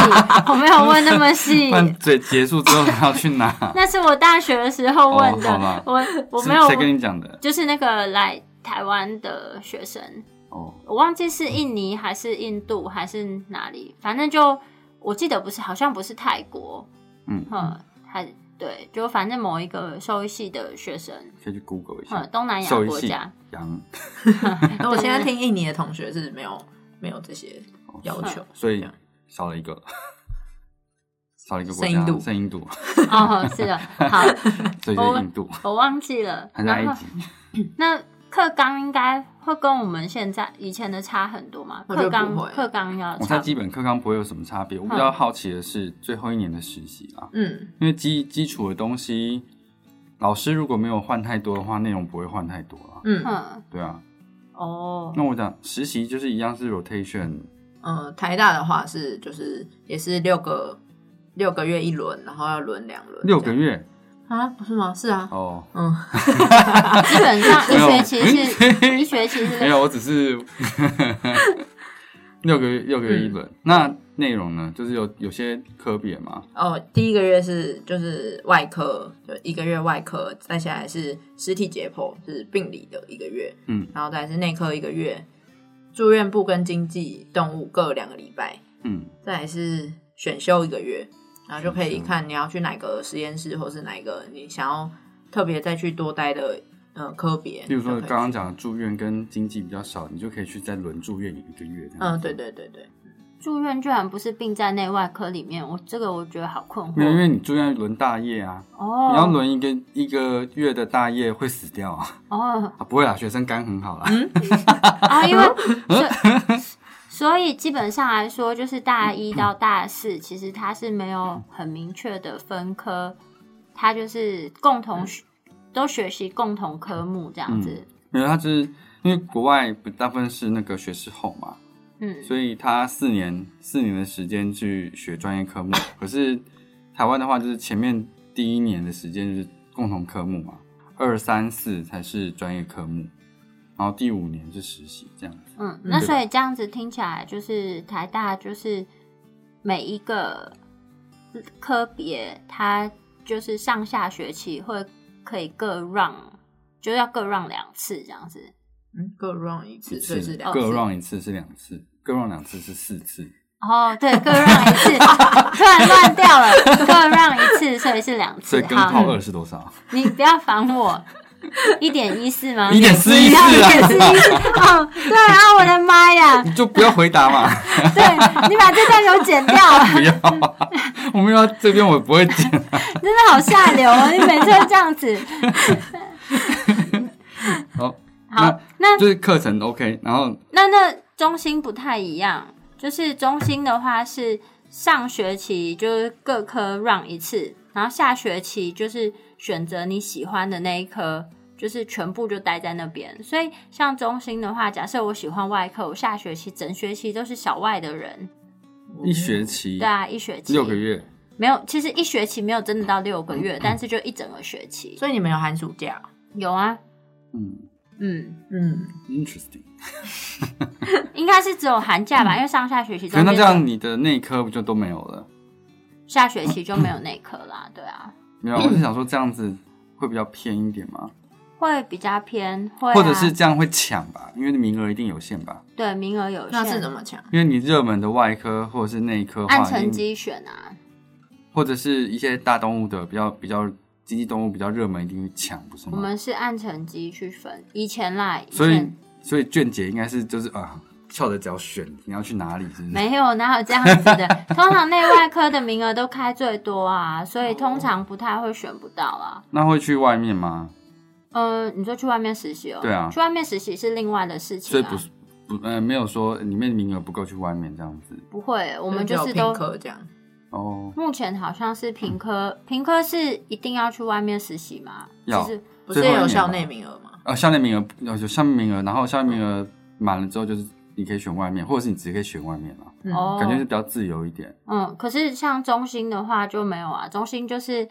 A: 我没有问那么细
B: 不。然最结束之后他要去哪？
A: 那是我大学的时候问的，
B: 哦好吧
A: 我我
B: 是
A: 没有
B: 谁跟
A: 问，
B: 你讲的？
A: 就是那个来台湾的学生，
B: 哦，
A: 我忘记是印尼还是印度还是哪里，反正就我记得不是，好像不是泰国，
B: 嗯
A: 哼，还对，就反正某一个兽医系的学生，
B: 可以去 Google 一下
A: 哼，东南亚
B: 兽医
A: 国
B: 系
A: 家，
B: 羊，
C: 那我现在听印尼的同学是没有没有这些要求，
B: 哦所
C: 这
B: 以
C: 样
B: 少了一个，少了一个国
C: 剩印
B: 家，
C: 度
B: 剩印度，
A: 哦，是 的，好，
B: 所以就是印度，
A: 我忘记了。
B: 还是埃
A: 然后
B: 及？
A: 那课纲应该会跟我们现在以前的差很多嘛？
C: 我觉
A: 课
C: 得
A: 纲
C: 不会
A: 课纲要
B: 我猜
A: 差
B: 基本课纲不会有什么差别。我比较好奇的是最后一年的实习啦，
C: 嗯，
B: 因为基基础的东西，老师如果没有换太多的话，内容不会换太多啦。
A: 不多，
C: 嗯
A: 嗯，
B: 对啊，
A: 哦，
B: 那我讲实习就是一样是 rotation，
C: 呃，台大的话是就是也是六个六个月一轮，然后要轮两轮，
B: 六个月
C: 这样啊？不是吗？是啊，
B: 哦，
C: 嗯，
A: 基本上一
B: 没有
A: 学期是一学期
B: 没
A: 是
B: 有，我只 是六个月六个月一
C: 嗯
B: 轮。那内容呢，就是有有些科别嘛，
C: 哦，第一个月是就是外科，就一个月外科，再下来是尸体解剖，是病理的一个月，
B: 嗯，
C: 然后再来是内科一个月，住院部跟经济动物各两个礼拜，
B: 嗯，
C: 再来是选修一个月，然后就可以
B: 选修
C: 看你要去哪个实验室，或是哪一个你想要特别再去多待的呃科别。
B: 例如说
C: 就可以去
B: 刚刚，讲的住院跟经济比较少，你就可以去再轮住院一个月。
C: 嗯，对。对对对，
A: 住院，居然不是病在内外科里面，我这个我觉得好困惑。
B: 没有，因为你住院要轮大夜啊，
A: 哦，
B: 你要轮一个一个月的大夜会死掉 啊！
A: 哦
B: 啊不会啦，学生肝很好啦。
C: 嗯
A: 啊，因为所所以基本上来说，就是大一到大四，其实它是没有很明确的分科，它就是共同学都学习共同科目这样子。
B: 没有，他就是因为国外不大部分是那个学士后嘛，
A: 嗯，
B: 所以他四年四年的时间去学专业科目。可是台湾的话，就是前面第一年的时间就是共同科目嘛，二三四才是专业科目，然后第五年是实习这样子。
A: 嗯，那所以这样子听起来，就是台大就是每一个科别，它就是上下学期会可以各让，就要各让两次这样子。
C: 嗯，各 run 一次，所以是两
B: 各
C: 次
B: run 一次是两次，各 run 两次是四次。
A: 哦，对，各让一次，突然乱掉了，各让一次，所以是两
B: 所以
A: 次。
B: 根
A: 好
B: 泡，二是多少？
A: 你不要烦我。一点一四吗？
B: 1.4一四啊
A: 一点四一四。哦，对啊，我的妈呀！
B: 你就不要回答嘛，
A: 对你把这段给我剪掉，
B: 不要。 我们要这边我不会剪，
A: 真的好下流哦！你每次都这样子。
B: 好，
A: 好，那
B: 就是课程 OK，然后
A: 那那中心不太一样，就是中心的话是上学期就是各科 run 一次，然后下学期就是选择你喜欢的那一科，就是全部就待在那边。所以像中心的话，假设我喜欢外科，我下学期整学期都是小外的人，
B: 一学期
A: 对啊，一学期
B: 六个月，嗯
A: 没有，其实一学期没有真的到六个月，但是就一整个学期
C: 所以你们有寒暑假哦，
A: 有啊，
B: 嗯
A: 嗯，
C: 嗯，
B: ，interesting。
A: 应该是只有寒假吧，因为上下学期
B: 嗯可是
A: 中
B: 那
A: 间
B: 这样你的内科不就都没有了？
A: 下学期就没有内科啦，对啊。
B: 没有，我是想说这样子会比较偏一点吗？
A: 会比较偏，会、啊、
B: 或者是这样会抢吧？因为名额一定有限吧？
A: 对名额有限，
C: 那是怎么抢？
B: 因为你热门的外科或者是内科的话，
A: 按成
B: 一定
A: 绩选啊？
B: 或者是一些大动物的比较比较经济动物比较热门，一定会抢，不是
A: 我
B: 吗？
A: 们是按成绩去分，以前啦，以前
B: 嗯所以所以卷姐应该是就是啊，翘着脚选你要去哪里，是不是？
A: 没有哪有这样子 的，通常内外科的名额都开最多啊，所以通常不太会选不到啊。
B: 那会去外面吗？
A: 呃，你说去外面实习哦？
B: 对啊
A: 去外面实习是另外的事情、啊，
B: 所以不是不呃没有说里面名额不够去外面这样子
A: 不会，我们
C: 就
A: 就是
C: 拼
A: 都
C: 科这样，
B: 哦，
A: 目前好像是平科，平科是一定要去外面实习吗？
B: 要
A: 就是
C: 不是
B: 最后一
C: 有
B: 年
C: 校
B: 吧
C: 内名额吗？
B: 呃，校内名额有有校内名额，然后校内名额满了之后，就是你可以选外面，或者是你直接可以选外面啊，
C: 嗯
A: 哦，
B: 感觉是比较自由一点。
A: 嗯，可是像中心的话就没有啊，中心就是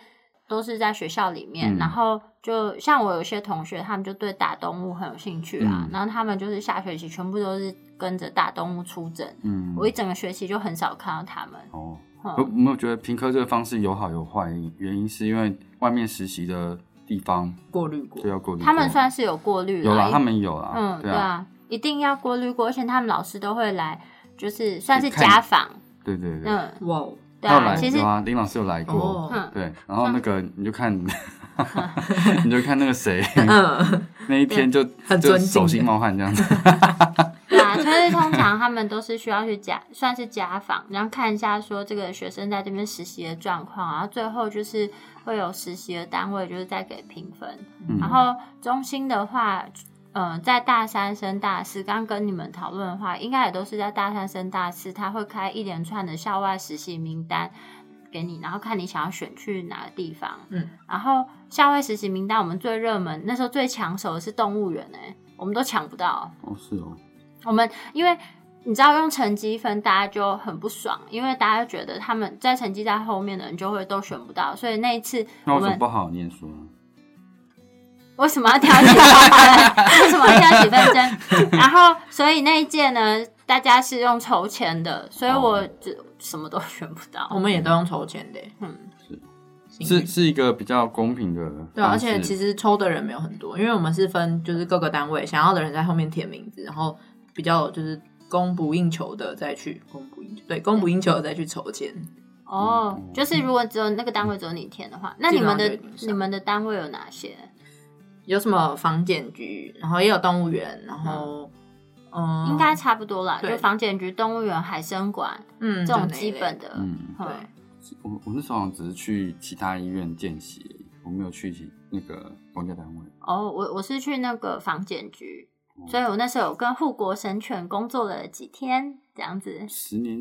A: 都是在学校里面，
B: 嗯
A: 然后就像我有些同学，他们就对大动物很有兴趣啊，
B: 嗯
A: 然后他们就是下学期全部都是跟着大动物出诊，
B: 嗯，
A: 我一整个学期就很少看到他们。
B: 哦，我
A: 嗯
B: 没有觉得评科这个方式有好有坏，原因是因为外面实习的地方
C: 过滤过
B: 就，要过滤过，
A: 他们算是有过滤
B: 有
A: 啦
B: 啦，
A: 一
B: 他们有啦，
A: 嗯，
B: 对
A: 对
B: 啊，
A: 啊，一定要过滤过，而且他们老师都会来，就是算是
B: 去看
A: 家访，
B: 对对对，
A: 嗯，
C: 哇哦，
A: 对
B: 要
A: 啊，
B: 来
A: 其实
B: 有啊，林老师有来过，
C: 哦，
A: 嗯
B: 对，然后那个你就看， 你就看那个谁
C: 嗯，
B: 那一天就
C: 很
B: 就
C: 尊敬
B: 手心冒汗这样子，
A: 对啊，就是通常他们都是需要去家， 算是家访，然后看一下说这个学生在这边实习的状况，然后最后就是会有实习的单位就是再给评分。
B: 嗯
A: 然后中心的话，呃，在大三升大四，刚跟你们讨论的话，应该也都是在大三升大四，他会开一连串的校外实习名单给你，然后看你想要选去哪个地方。
C: 嗯，
A: 然后校外实习名单我们最热门，那时候最抢手的是动物园诶、欸我们都抢不到。
B: 哦是哦，
A: 我们因为你知道用成绩分，大家就很不爽，因为大家觉得他们在成绩在后面的人就会都选不到，所以那一次
B: 那
A: 我
B: 为什么
A: 们
B: 不好好念书呢？
A: 为什么要挑起纷 争？为什么要挑起纷争？然后所以那一届呢，大家是用筹钱的，所以
B: 哦
A: 我只什么都 选不
C: 我
A: 到。
C: 们也都用抽签的，欸
A: 嗯，
C: 幸运
B: 是是一个比较公平的方式，
C: 对啊，而且其实抽的人没有很多，因为我们是分就是各个单位想要的人在后面填名字，然后比较就是供不应求的再去供不应求，对，供不应求的再去筹签。
A: 哦
B: 嗯，
A: 就是如果只有那个单位只有你填的话，那你们
C: 基
A: 的
C: 本上就一定是
A: 你们的单位有哪些？
C: 有什么房检局，然后也有动物园，然后嗯，
A: 应该差不多啦，
C: 对
A: 就房检局、动物园、海参馆
C: 嗯
A: 这种基本
C: 的，
A: 的。
B: 嗯，
A: 嗯
C: 对，
B: 我我那时候好像只是去其他医院见习而已，我没有去其那个公家单位。
A: 哦，我我是去那个房检局，
B: 哦
A: 所以我那时候有跟护国神犬工作了几天，这样子。
B: 十年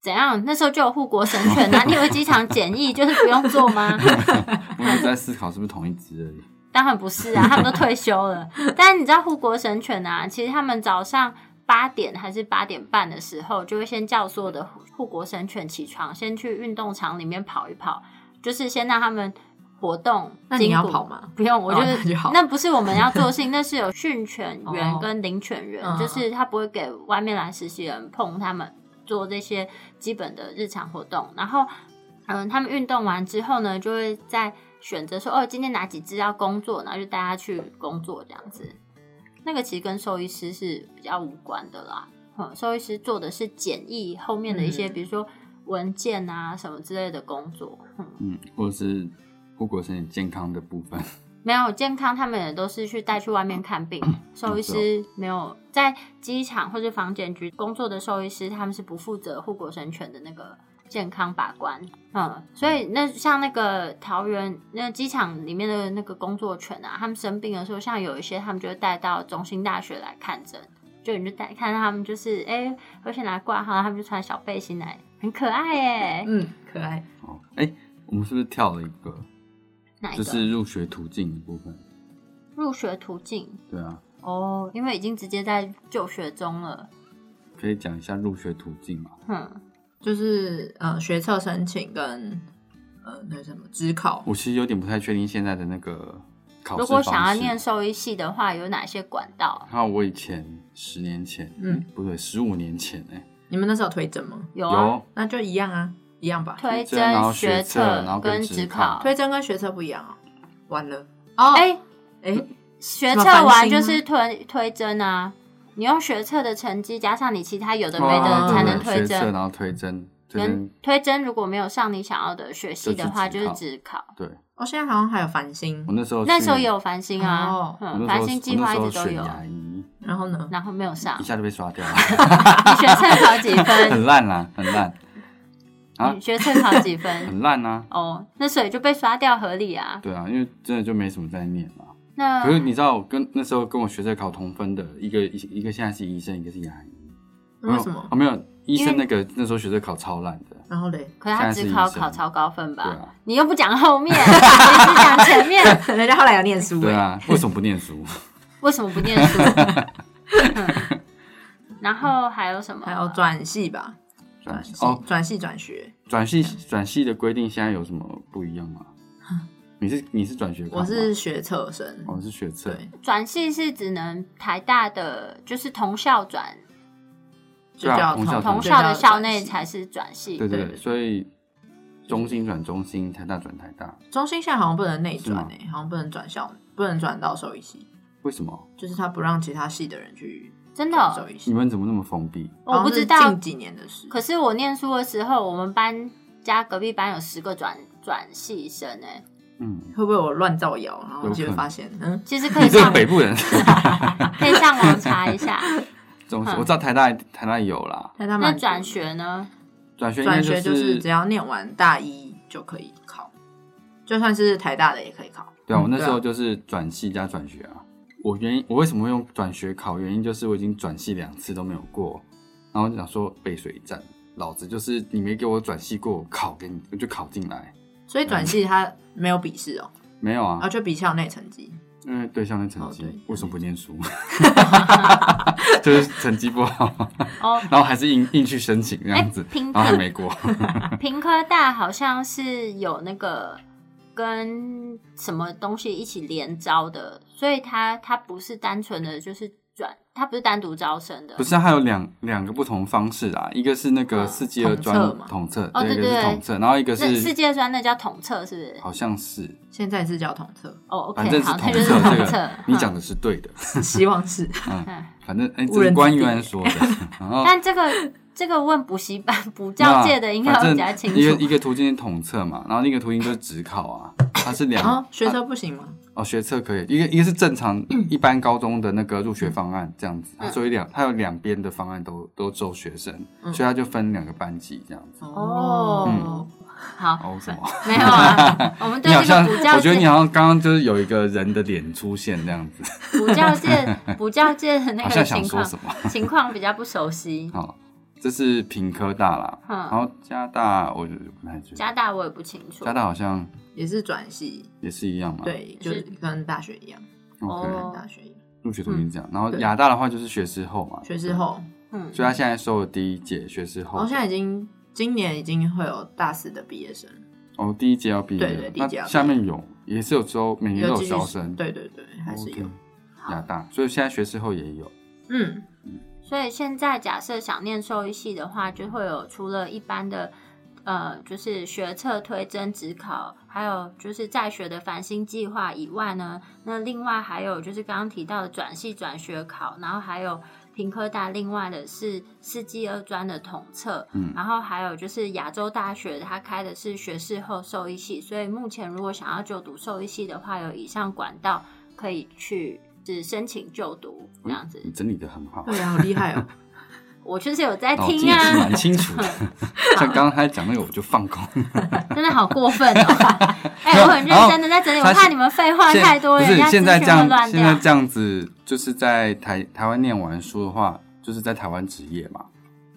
A: 怎样？那时候就有护国神犬啊，你以为机场检疫就是不用做吗？
B: 我一直在思考是不是同一只而已。
A: 当然不是啊，他们都退休了。但你知道护国神犬啊，其实他们早上八点还是八点半的时候，就会先叫所有的护护国神犬起床，先去运动场里面跑一跑，就是先让他们活动。
C: 那你要
A: 筋骨
C: 跑吗？
A: 不用，我
C: 哦
A: 就是、
C: 那就好
A: 那不是我们要做的事 情，那是有训犬员
C: 哦
A: 跟领犬员，
C: 嗯
A: 就是他不会给外面来实习的人碰他们做这些基本的日常活动。然后，嗯，他们运动完之后呢，就会再选择说，哦，今天哪几只要工作，然后就带他去工作这样子。那个其实跟兽医师是比较无关的啦。嗯，兽医师做的是检疫后面的一些，
C: 嗯
A: 比如说文件啊什么之类的工作。嗯，
B: 嗯，或者是护国神健康的部分。
A: 没有健康，他们也都是去带去外面看病。兽医师没有在机场或者房检局工作的兽医师，他们是不负责护国神犬的那个健康把关。嗯，所以那像那个桃园那机场里面的那个工作犬啊，他们生病的时候，像有一些他们就会带到中心大学来看诊。就你就带看到他们就是哎，而且来挂号，他们就穿小背心来，很可爱哎、
C: 嗯，可爱。
B: 哦，哎、我们是不是跳了一个？
A: 哪一
B: 嗯就
A: 个？
B: 是入学途径的部分。
A: 入学途径
B: 对啊，
A: 哦，因为已经直接在就学中了。
B: 可以讲一下入学途径嘛？
A: 哼，
C: 就是呃学测申请跟呃那什么职考，
B: 我其实有点不太确定现在的那个考试
A: 如果
B: 方
A: 想要
B: 式
A: 念，兽医系的话，有哪些管道？
B: 还有我以前十年前，
C: 嗯
B: 嗯，不对，十五年前哎、
C: 你们那时候有推甄吗？
A: 有啊，
B: 有
C: 那就一样啊，一样吧。
A: 推
B: 推甄然
A: 甄、
B: 后学测然
A: 测
B: 后跟
A: 跟
B: 职
A: 职
B: 考
A: 考。
C: 推甄跟学测不一样哦，完了哦，
A: 哎、
C: 哎
A: 学
C: 什么
A: 测完
C: 繁星
A: 就是
C: 吗
A: 推推甄啊，你用学测的成绩加上你其他有的没
B: 哦
A: 的，才能
B: 对
A: 推
B: 学测
A: 甄。
B: 然后推甄，推
A: 能
B: 甄
A: 推甄如果没有上你想要的学系的话，就
B: 就是是
A: 职考。
B: 对。
C: 哦，现在好像还有繁星
B: 我，那时候
A: 那时候
B: 去
A: 也有繁星啊，
C: 哦
B: 我
A: 嗯，
B: 那时
A: 繁
B: 候
A: 星计划一直都
B: 我那时候选
A: 有，
B: 牙医，
C: 然后呢？
A: 然后没有上
B: 一。下就被刷掉了，
A: 你学测考几分？
B: 很烂啦，很烂，啊
A: 你学测考几分？
B: 很烂啊！
A: 哦，那所以就被刷掉合理啊。
B: 对啊，因为真的就没什么在念啦。
A: 那
B: 可是你知道，我跟那时候跟我学测考同分的一个一一个现在是医生，一个是牙医。
C: 为什么
B: 啊？？没有医生那个那时候学测考超烂的，
C: 然后嘞，
A: 可是他
B: 现在
A: 只
B: 是
A: 考
B: 医生
A: 考超高分吧？
B: 对啊
A: 你又不讲后面， 你只讲前面，
C: 人家后来有念书、欸，
B: 对啊，为什么不念书？
A: 为什么不念书？ 嗯然后还有什么？啊
C: 哎还有转系吧，
B: 转
C: 系
B: 哦，
C: 转系转学，
B: 转系转系的规定现在有什么不一样吗？你是你是转学考吗？哦
C: 我是学测生，
B: 我是学测，
C: 对，
A: 转系是只能台大的，就是同校转，
B: 对
C: 就
B: 啊
C: 叫
B: 同校
A: 同
B: 转系
A: 校的校内
C: 系
A: 才是转系。
B: 对对
C: 对
B: 对，所以中心转中心，台大转台大，
C: 中心现在好像不能内转
B: 是吗
C: 诶、好像不能转校，不能转到兽医系，
B: 为什么？
C: 就是他不让其他系的人去
A: 真的
C: 转
A: 哦、
C: 兽医
B: 你
C: 系。
B: 们怎么那么封闭？
A: 我不知道
C: 好像是近几年的事，
A: 可是我念书的时候，我们班加隔壁班有十个转转系生哎、
B: 嗯，
C: 会不会我乱造谣，然后
B: 有可
C: 就会
B: 能
C: 发现，嗯，
A: 其实可
B: 你
A: 以
B: 这个
A: 上
B: 北部 人，
A: 可以上网查一 下。
B: 中
A: 嗯
B: 我知道台大台大有啦，
C: 但他
A: 那
C: 们
A: 转学呢？
B: 转学应该
C: 转学
B: 就
C: 就是只要念完大一就可以考，就算是台大的也可以考。
B: 对啊，我
C: 嗯
B: 那时
C: 对啊
B: 候就是转系加转学啊。我原因我为什么会用转学考？原因就是我已经转系两次都没有过，然后就想说背水一战，老子就是你没给我转系过，我考给你，我就考进来。
C: 所以转系它没有笔试哦，
B: 没有
C: 然后
B: 啊，
C: 就比校内成绩。
B: 因为对象的成绩
C: 哦对，
B: 为什么不念 书？ 就是成绩不好，
A: 哦，
B: 然后还是硬硬去申请这样子
A: 哎，拼
B: 然后还没过。
A: 平科大好像是有那个跟什么东西一起连招的，所以它它不是单纯的就是转，它不是单独招生的
B: 不。是啊，它有两两个不同方式啊，一个是那个
A: 嗯
B: 四季二专
C: 统测嘛
B: 统测，
A: 哦
B: 对一
A: 对
B: 个
A: 对
B: 是统测，然后一个
A: 那啊世
B: 是
A: 界专那叫统测是不是？
B: 好像是，
C: 现在是叫统 测，
A: 哦，OK，
B: 反正是
A: 好，
B: 统
A: 那就是
B: 测
A: 统
B: 这
A: 测
B: 个。， 你
A: 嗯
B: 讲的是对的，
C: 希望是。
A: 嗯
B: 反正哎，
C: 误
B: 这
C: 人
B: 是
C: 子
B: 官
C: 弟
B: 员说 的，然后
A: 但这个这个问补习班补教界的应该
B: 反
A: 要
B: 正
A: 比较清
B: 一个
A: 楚。
B: 一个途径是统测嘛，然后另一个途径就是职考啊，它是
A: 哦
C: 然
B: 两
C: 后哦学车不行吗？
B: 哦学测可以，一个一个是正常
A: 嗯
B: 一般高中的那个入学方案这样子，它所以两它有两边的方案都都收学生，
C: 嗯
B: 所以它就分两个班级这样子。
A: 哦，好，
B: 哦什么？
A: 没有 啊，我们对
B: 嗯你好
A: 这
B: 像，
A: 个补教
B: 我觉得你
A: 界
B: 好像刚刚就是有一个人的脸出现这样子，
A: 补教界补教界的那
B: 好
A: 个
B: 像想
A: 情
B: 说
A: 况
B: 什么。
A: 情况比较不熟悉。
B: 好，这是平科大啦，
A: 嗯
B: 然后加大我就不太知道，
A: 加大我也不清楚。
B: 加大好像
C: 也是转系，
B: 也是一样嘛。
C: 对，就是是跟大学一样，
B: ，OK，、
A: 嗯哦
C: 跟大学一样，
B: 入学途径这样。然后
C: 嗯对
B: 亚大的话就是学士后嘛，
C: 学士后，
B: 哦
A: 嗯
B: 对，，所以他现在收了第一届学士后
C: 然后现在已经今年已经会有大四的毕业生，
B: 哦，第一届要毕业
C: 对对
B: 了，
C: 第一
B: 那
C: 届要毕业
B: 下面有也是有招，每年都
C: 有
B: 有
C: 继续
B: 招生，
C: 对对对，还是有
B: OK，，亚大，所以现在学士后也有，
C: 嗯，
A: 所以现在假设想念兽医系的话，就会有除了一般的呃，就是学测推甄职考，还有就是在学的繁星计划以外呢，那另外还有就是刚刚提到的转系转学考，然后还有平科大另外的是四技二专的统测，
B: 嗯
A: 然后还有就是亚洲大学它开的是学士后兽医系，所以目前如果想要就读兽医系的话，有以上管道可以去。只申请就读这样子，
B: 你整理的很好，
C: 对啊，好厉害哦，
A: 我就是有在
B: 脑筋
A: 听
B: 也是
A: 啊
B: 蛮，清楚的。 像刚刚他讲那个，我就放空。
A: 真的好过分 哦！哎、我很认真的在整理，
B: 然后
A: 我怕你们废话
B: 现
A: 太多，
B: 不
A: 人
B: 是
A: 家资
B: 现
A: 讯
B: 在这
A: 会
B: 样，
A: 乱
B: 现在
A: 掉。
B: 这样子就是在台台湾念完书的话，就是在台湾职业嘛。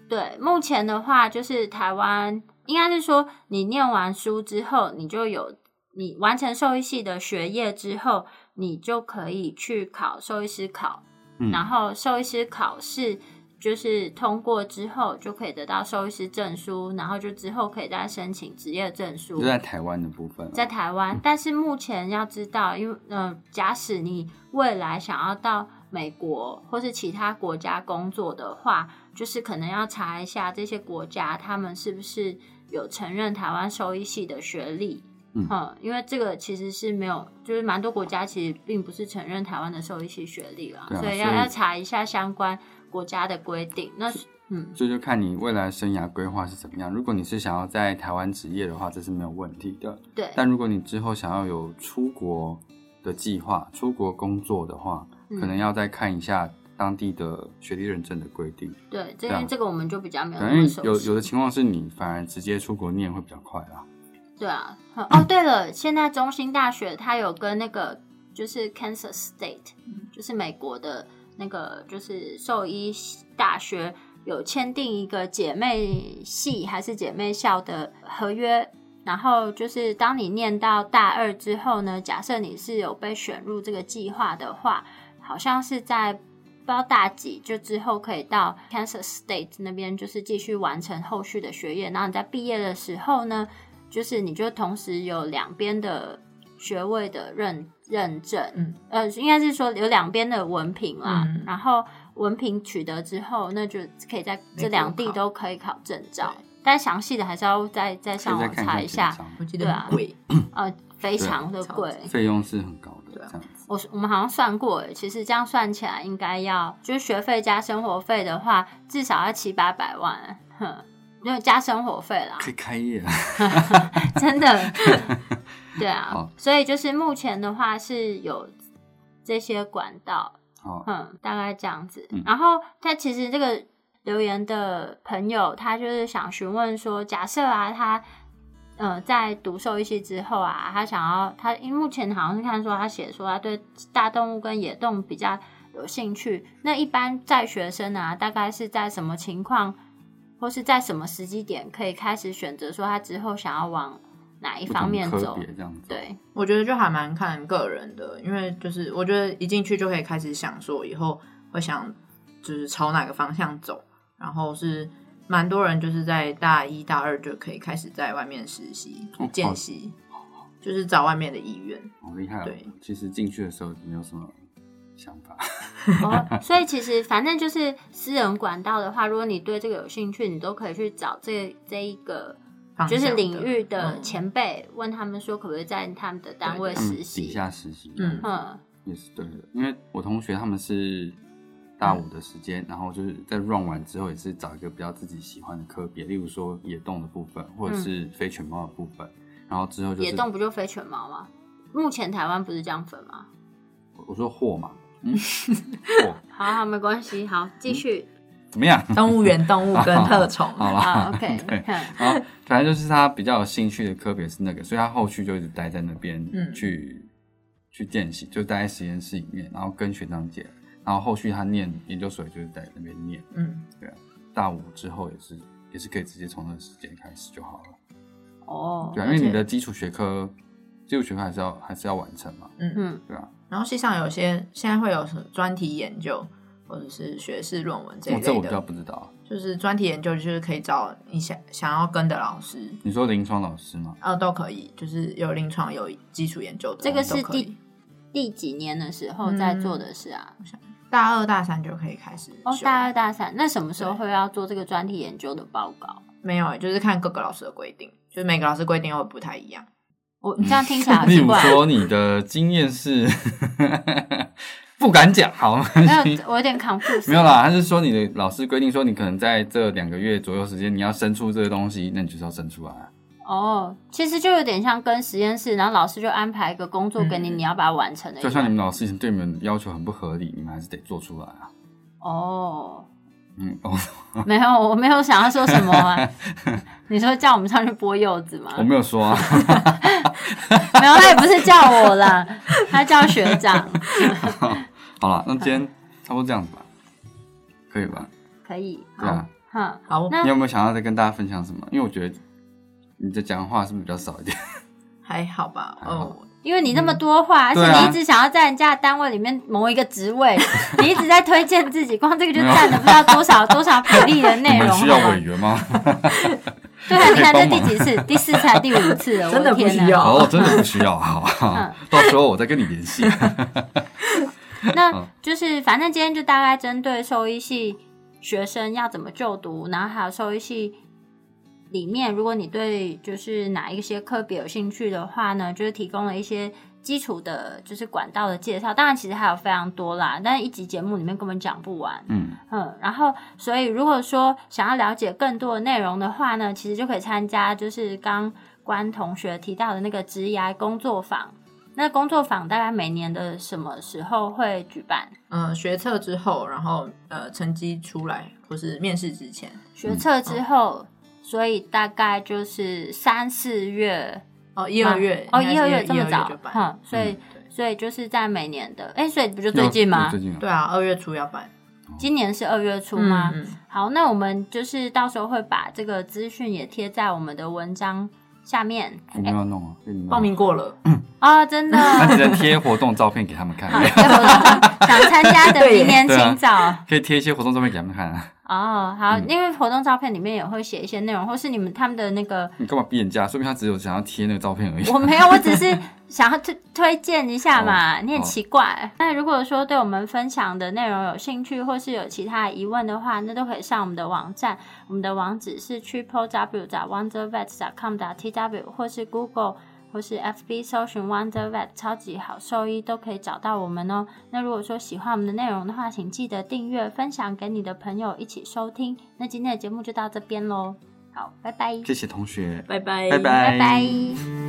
A: 对，目前的话就是台湾，应该是说你念完书之后，你就有你完成兽医系的学业之后，你就可以去考兽医师考，
B: 嗯，
A: 然后兽医师考试。就是通过之后就可以得到兽医师证书，然后就之后可以再申请职业证书。
B: 就在台湾的部分啊、
A: 在台湾，但是目前要知道，因为呃，假使你未来想要到美国或是其他国家工作的话，就是可能要查一下这些国家他们是不是有承认台湾兽医系的学历。
B: 嗯
A: 因为这个其实是没有，就是蛮多国家其实并不是承认台湾的兽医系学历啦，
B: 对啊
A: 所以要
B: 所以
A: 要查一下相关国家的规定。那嗯，
B: 所以就看你未来生涯规划是怎么样。如果你是想要在台湾职业的话，这是没有问题的。
A: 对，
B: 但如果你之后想要有出国的计划、出国工作的话，
A: 嗯
B: 可能要再看一下当地的学历认证的规定。
A: 对，这
B: 这样
A: 边这个我们就比较没有那
B: 反正
A: 么熟悉。
B: 有有的情况是你反而直接出国念会比较快啦。
A: 对啊，哦，对了，现在中兴大学它有跟那个就是 Kansas State，就是美国的那个就是兽医大学有签订一个姐妹系还是姐妹校的合约。然后就是，当你念到大二之后呢，假设你是有被选入这个计划的话，好像是在不知道大几就之后可以到 Kansas State 那边，就是继续完成后续的学业。然后你在毕业的时候呢，就是你就同时有两边的学位的认认证，
C: 嗯
A: 呃，应该是说有两边的文凭啦。
C: 嗯
A: 然后文凭取得之后，那就可以在这两地都可以考证照。但详细的还是要再再上
B: 可以
A: 网
B: 再看
A: 查一
B: 一
A: 下
B: 下，
C: 我记
A: 对
C: 得
A: 啊
C: 很贵，
A: 呃，非常的
C: 超
A: 贵。
C: 级
B: 费用是很高的
C: 对啊
B: 这样子。
A: 我我们好像算过耶，其实这样算起来应该要，就是学费加生活费的话，至少要七八百万，哼，因为加生活费 啦，
B: 可以开业啊，
A: 真 的，对啊
B: 好，
A: 所以就是目前的话是有这些管道，
B: 好，
A: 嗯，大概这样子。
B: 嗯
A: 然后他其实这个留言的朋友，他就是想询问说，假设啊，他呃在读兽医系之后啊，他想要他因为目前好像是看说他写说他对大动物跟野动比较有兴趣。那一般在学生啊，大概是在什么情况，或是在什么时机点可以开始选择说他之后想要往 哪一
B: 不
A: 方
B: 同
A: 面
B: 科
A: 走？
B: 别这样子，，
A: 对，
C: 我觉得就还蛮看个人的，因为就是我觉得一进去就可以开始想说以后会想就是朝哪个方向走，然后是蛮多人就是在大一大二就可以开始在外面实习
B: 哦
C: 见习，就是找外面的医院。
B: 好厉害哦
C: 对。
B: 其实进去的时候没有什么想法，
A: 哦，所以其实反正就是私人管道的话，如果你对这个有兴趣，你都可以去找这这一个
C: 方
A: 就是
C: 向
A: 领域的
C: 嗯
A: 前辈，问他们说可不可以在他们的单位
B: 他们
A: 实
B: 底
A: 习。
B: 下实习，
C: 嗯
A: 嗯，
B: 也是对的，因为我同学他们是大五的时间，然后就是在 run 完之后，也是找一个比较自己喜欢的科别，例如说野动的部分，或者是非犬猫的部分，然后之后就
A: 嗯
B: 是
A: 野动不就非犬猫吗？目前台湾不是这样分 吗？
B: 我说货嘛， 嗯，货
A: 好好，没关系，好，继续
B: 怎么样？
C: 动物园、动物跟特宠，
B: 好
A: 啊
B: 吧
A: ，OK，
B: 对
A: 嗯
B: 然后反正就是他比较有兴趣的科别是那个，所以他后续就一直待在那边
C: 嗯
B: 去、去见习，就待在实验室里面，然后跟学长姐，然后后续他念研究所也就是在那边念。
C: 嗯，
B: 大五之后也是也是可以直接从那个时间开始就好了。
A: 哦，
B: 对啊，因为你的基础学科，基础学科还是要还是要完成嘛。
A: 嗯，
B: 对啊，
C: 然后系上有些现在会有什么专题研究或者是学士论文这一
B: 哦、这
C: 类
B: 我比较
C: 的，
B: 不知道。
C: 就是专题研究就是可以找你想想要跟的老师，
B: 你说临床老师吗？
C: 呃，都可以，就是有临床有基础研究的，
A: 这个是
C: 都可以
A: 第第几年的时候在做的事
B: 嗯
A: 啊？
C: 大二大三就可以开始
A: 哦，
C: 修
A: 大二大三，那什么时候会要做这个专题研究的报告？
C: 没有，欸就是看各个老师的规定，就是每个老师规定会不太一样。
A: 我你这样听起来好
B: 例
A: 奇
B: 如
A: 怪哦。
B: 说你的经验是 不敢讲，好，没
A: 没有，我有点 confused。
B: 没有啦，他是说你的老师规定说你可能在这两个月左右时间你要生出这个东西，那你就是要生出来啊。
A: 哦，其实就有点像跟实验室，然后老师就安排一个工作给你，
C: 嗯
A: 你要把它完成的一样。
B: 就算你们老师以前对你们要求很不合理，你们还是得做出来啊。
A: 哦，
B: 嗯，哦，
A: 没有，我没有想要说什么 啊。你说叫我们上去剥柚子吗？
B: 我没有 说啊，
A: 没有，他也不是叫我啦，他叫学长，
B: 好了，那今天差不多这样子吧，可以吧？
A: 可以。
B: 对啊。
A: 哼，
C: 好，
A: 那
B: 你有没有想要再跟大家分享什么？因为我觉得你的讲话是不是比较少一点？
C: 还好吧，
B: 还好
C: 哦，
A: 因为你那么多话，而且
B: 对啊
A: 你一直想要在人家的单位里面谋一个职位，你一直在推荐自己，光这个就占了不知道多少多少比例的内
B: 你
A: 容。
B: 们需要
A: 好吗
B: 委员 吗？
A: 对啊，你看
B: 可
A: 这
B: 以帮
A: 第
B: 忙
A: 几次？第四次还是第五次了？
C: 真的
A: 我天
C: 不
A: 哪
C: 需要
B: 哦，真的不需要，好，
A: 嗯
B: 好到时候我再跟你联系。
A: 那就是反正今天就大概针对兽医系学生要怎么就读，然后还有兽医系里面，如果你对就是哪一些科别有兴趣的话呢，就是提供了一些基础的，就是管道的介绍。当然，其实还有非常多啦，但是一集节目里面根本讲不完。
B: 嗯，
A: 嗯，然后所以如果说想要了解更多的内容的话呢，其实就可以参加就是刚关同学提到的那个职涯工作坊。那工作坊大概每年的什么时候会举办？
C: 嗯、学测之后，然后呃，成绩出来或是面试之前，
A: 学
C: 哦
A: 测之后，所以大概就是三四月
C: 哦，一二月
A: 哦，
C: 应该
A: 一
C: 是
A: 二
C: 一
A: 月这么
C: 二
A: 早嗯
C: 就，办，嗯
A: 哼，所以
C: 对
A: 所以就是在每年的，哎、所以不就最近吗？
B: 最近啊，
C: 对啊，二月初要办
A: 今年是二月初吗？
C: 嗯嗯
A: 好，那我们就是到时候会把这个资讯也贴在我们的文章下面。
B: 我们要弄啊，给你弄
C: 报。名过了，
A: 啊、真 的，
B: 那只能贴活动照片给他们看，
A: 想参加的明年
B: 啊
A: 清早。
B: 可以贴一些活动照片给他们看啊。
A: 哦，好，因为活动照片里面也会写一些内容，或是你们他们的那个，
B: 你干嘛逼人家？说明他只有想要贴那个照片而已。
A: 我没有，我只是想要推推荐一下嘛，你很奇怪。那如果说对我们分享的内容有兴趣，或是有其他疑问的话，那都可以上我们的网站，我们的网址是 triple w wondervet com t w 或是 Google。或是 FB 搜寻 Wonder Vet 超级好兽医都可以找到我们哦。那如果说喜欢我们的内容的话，请记得订阅、分享给你的朋友一起收听。那今天的节目就到这边喽，好，拜拜，
B: 谢谢同学，
C: 拜拜，
B: 拜拜
A: 拜拜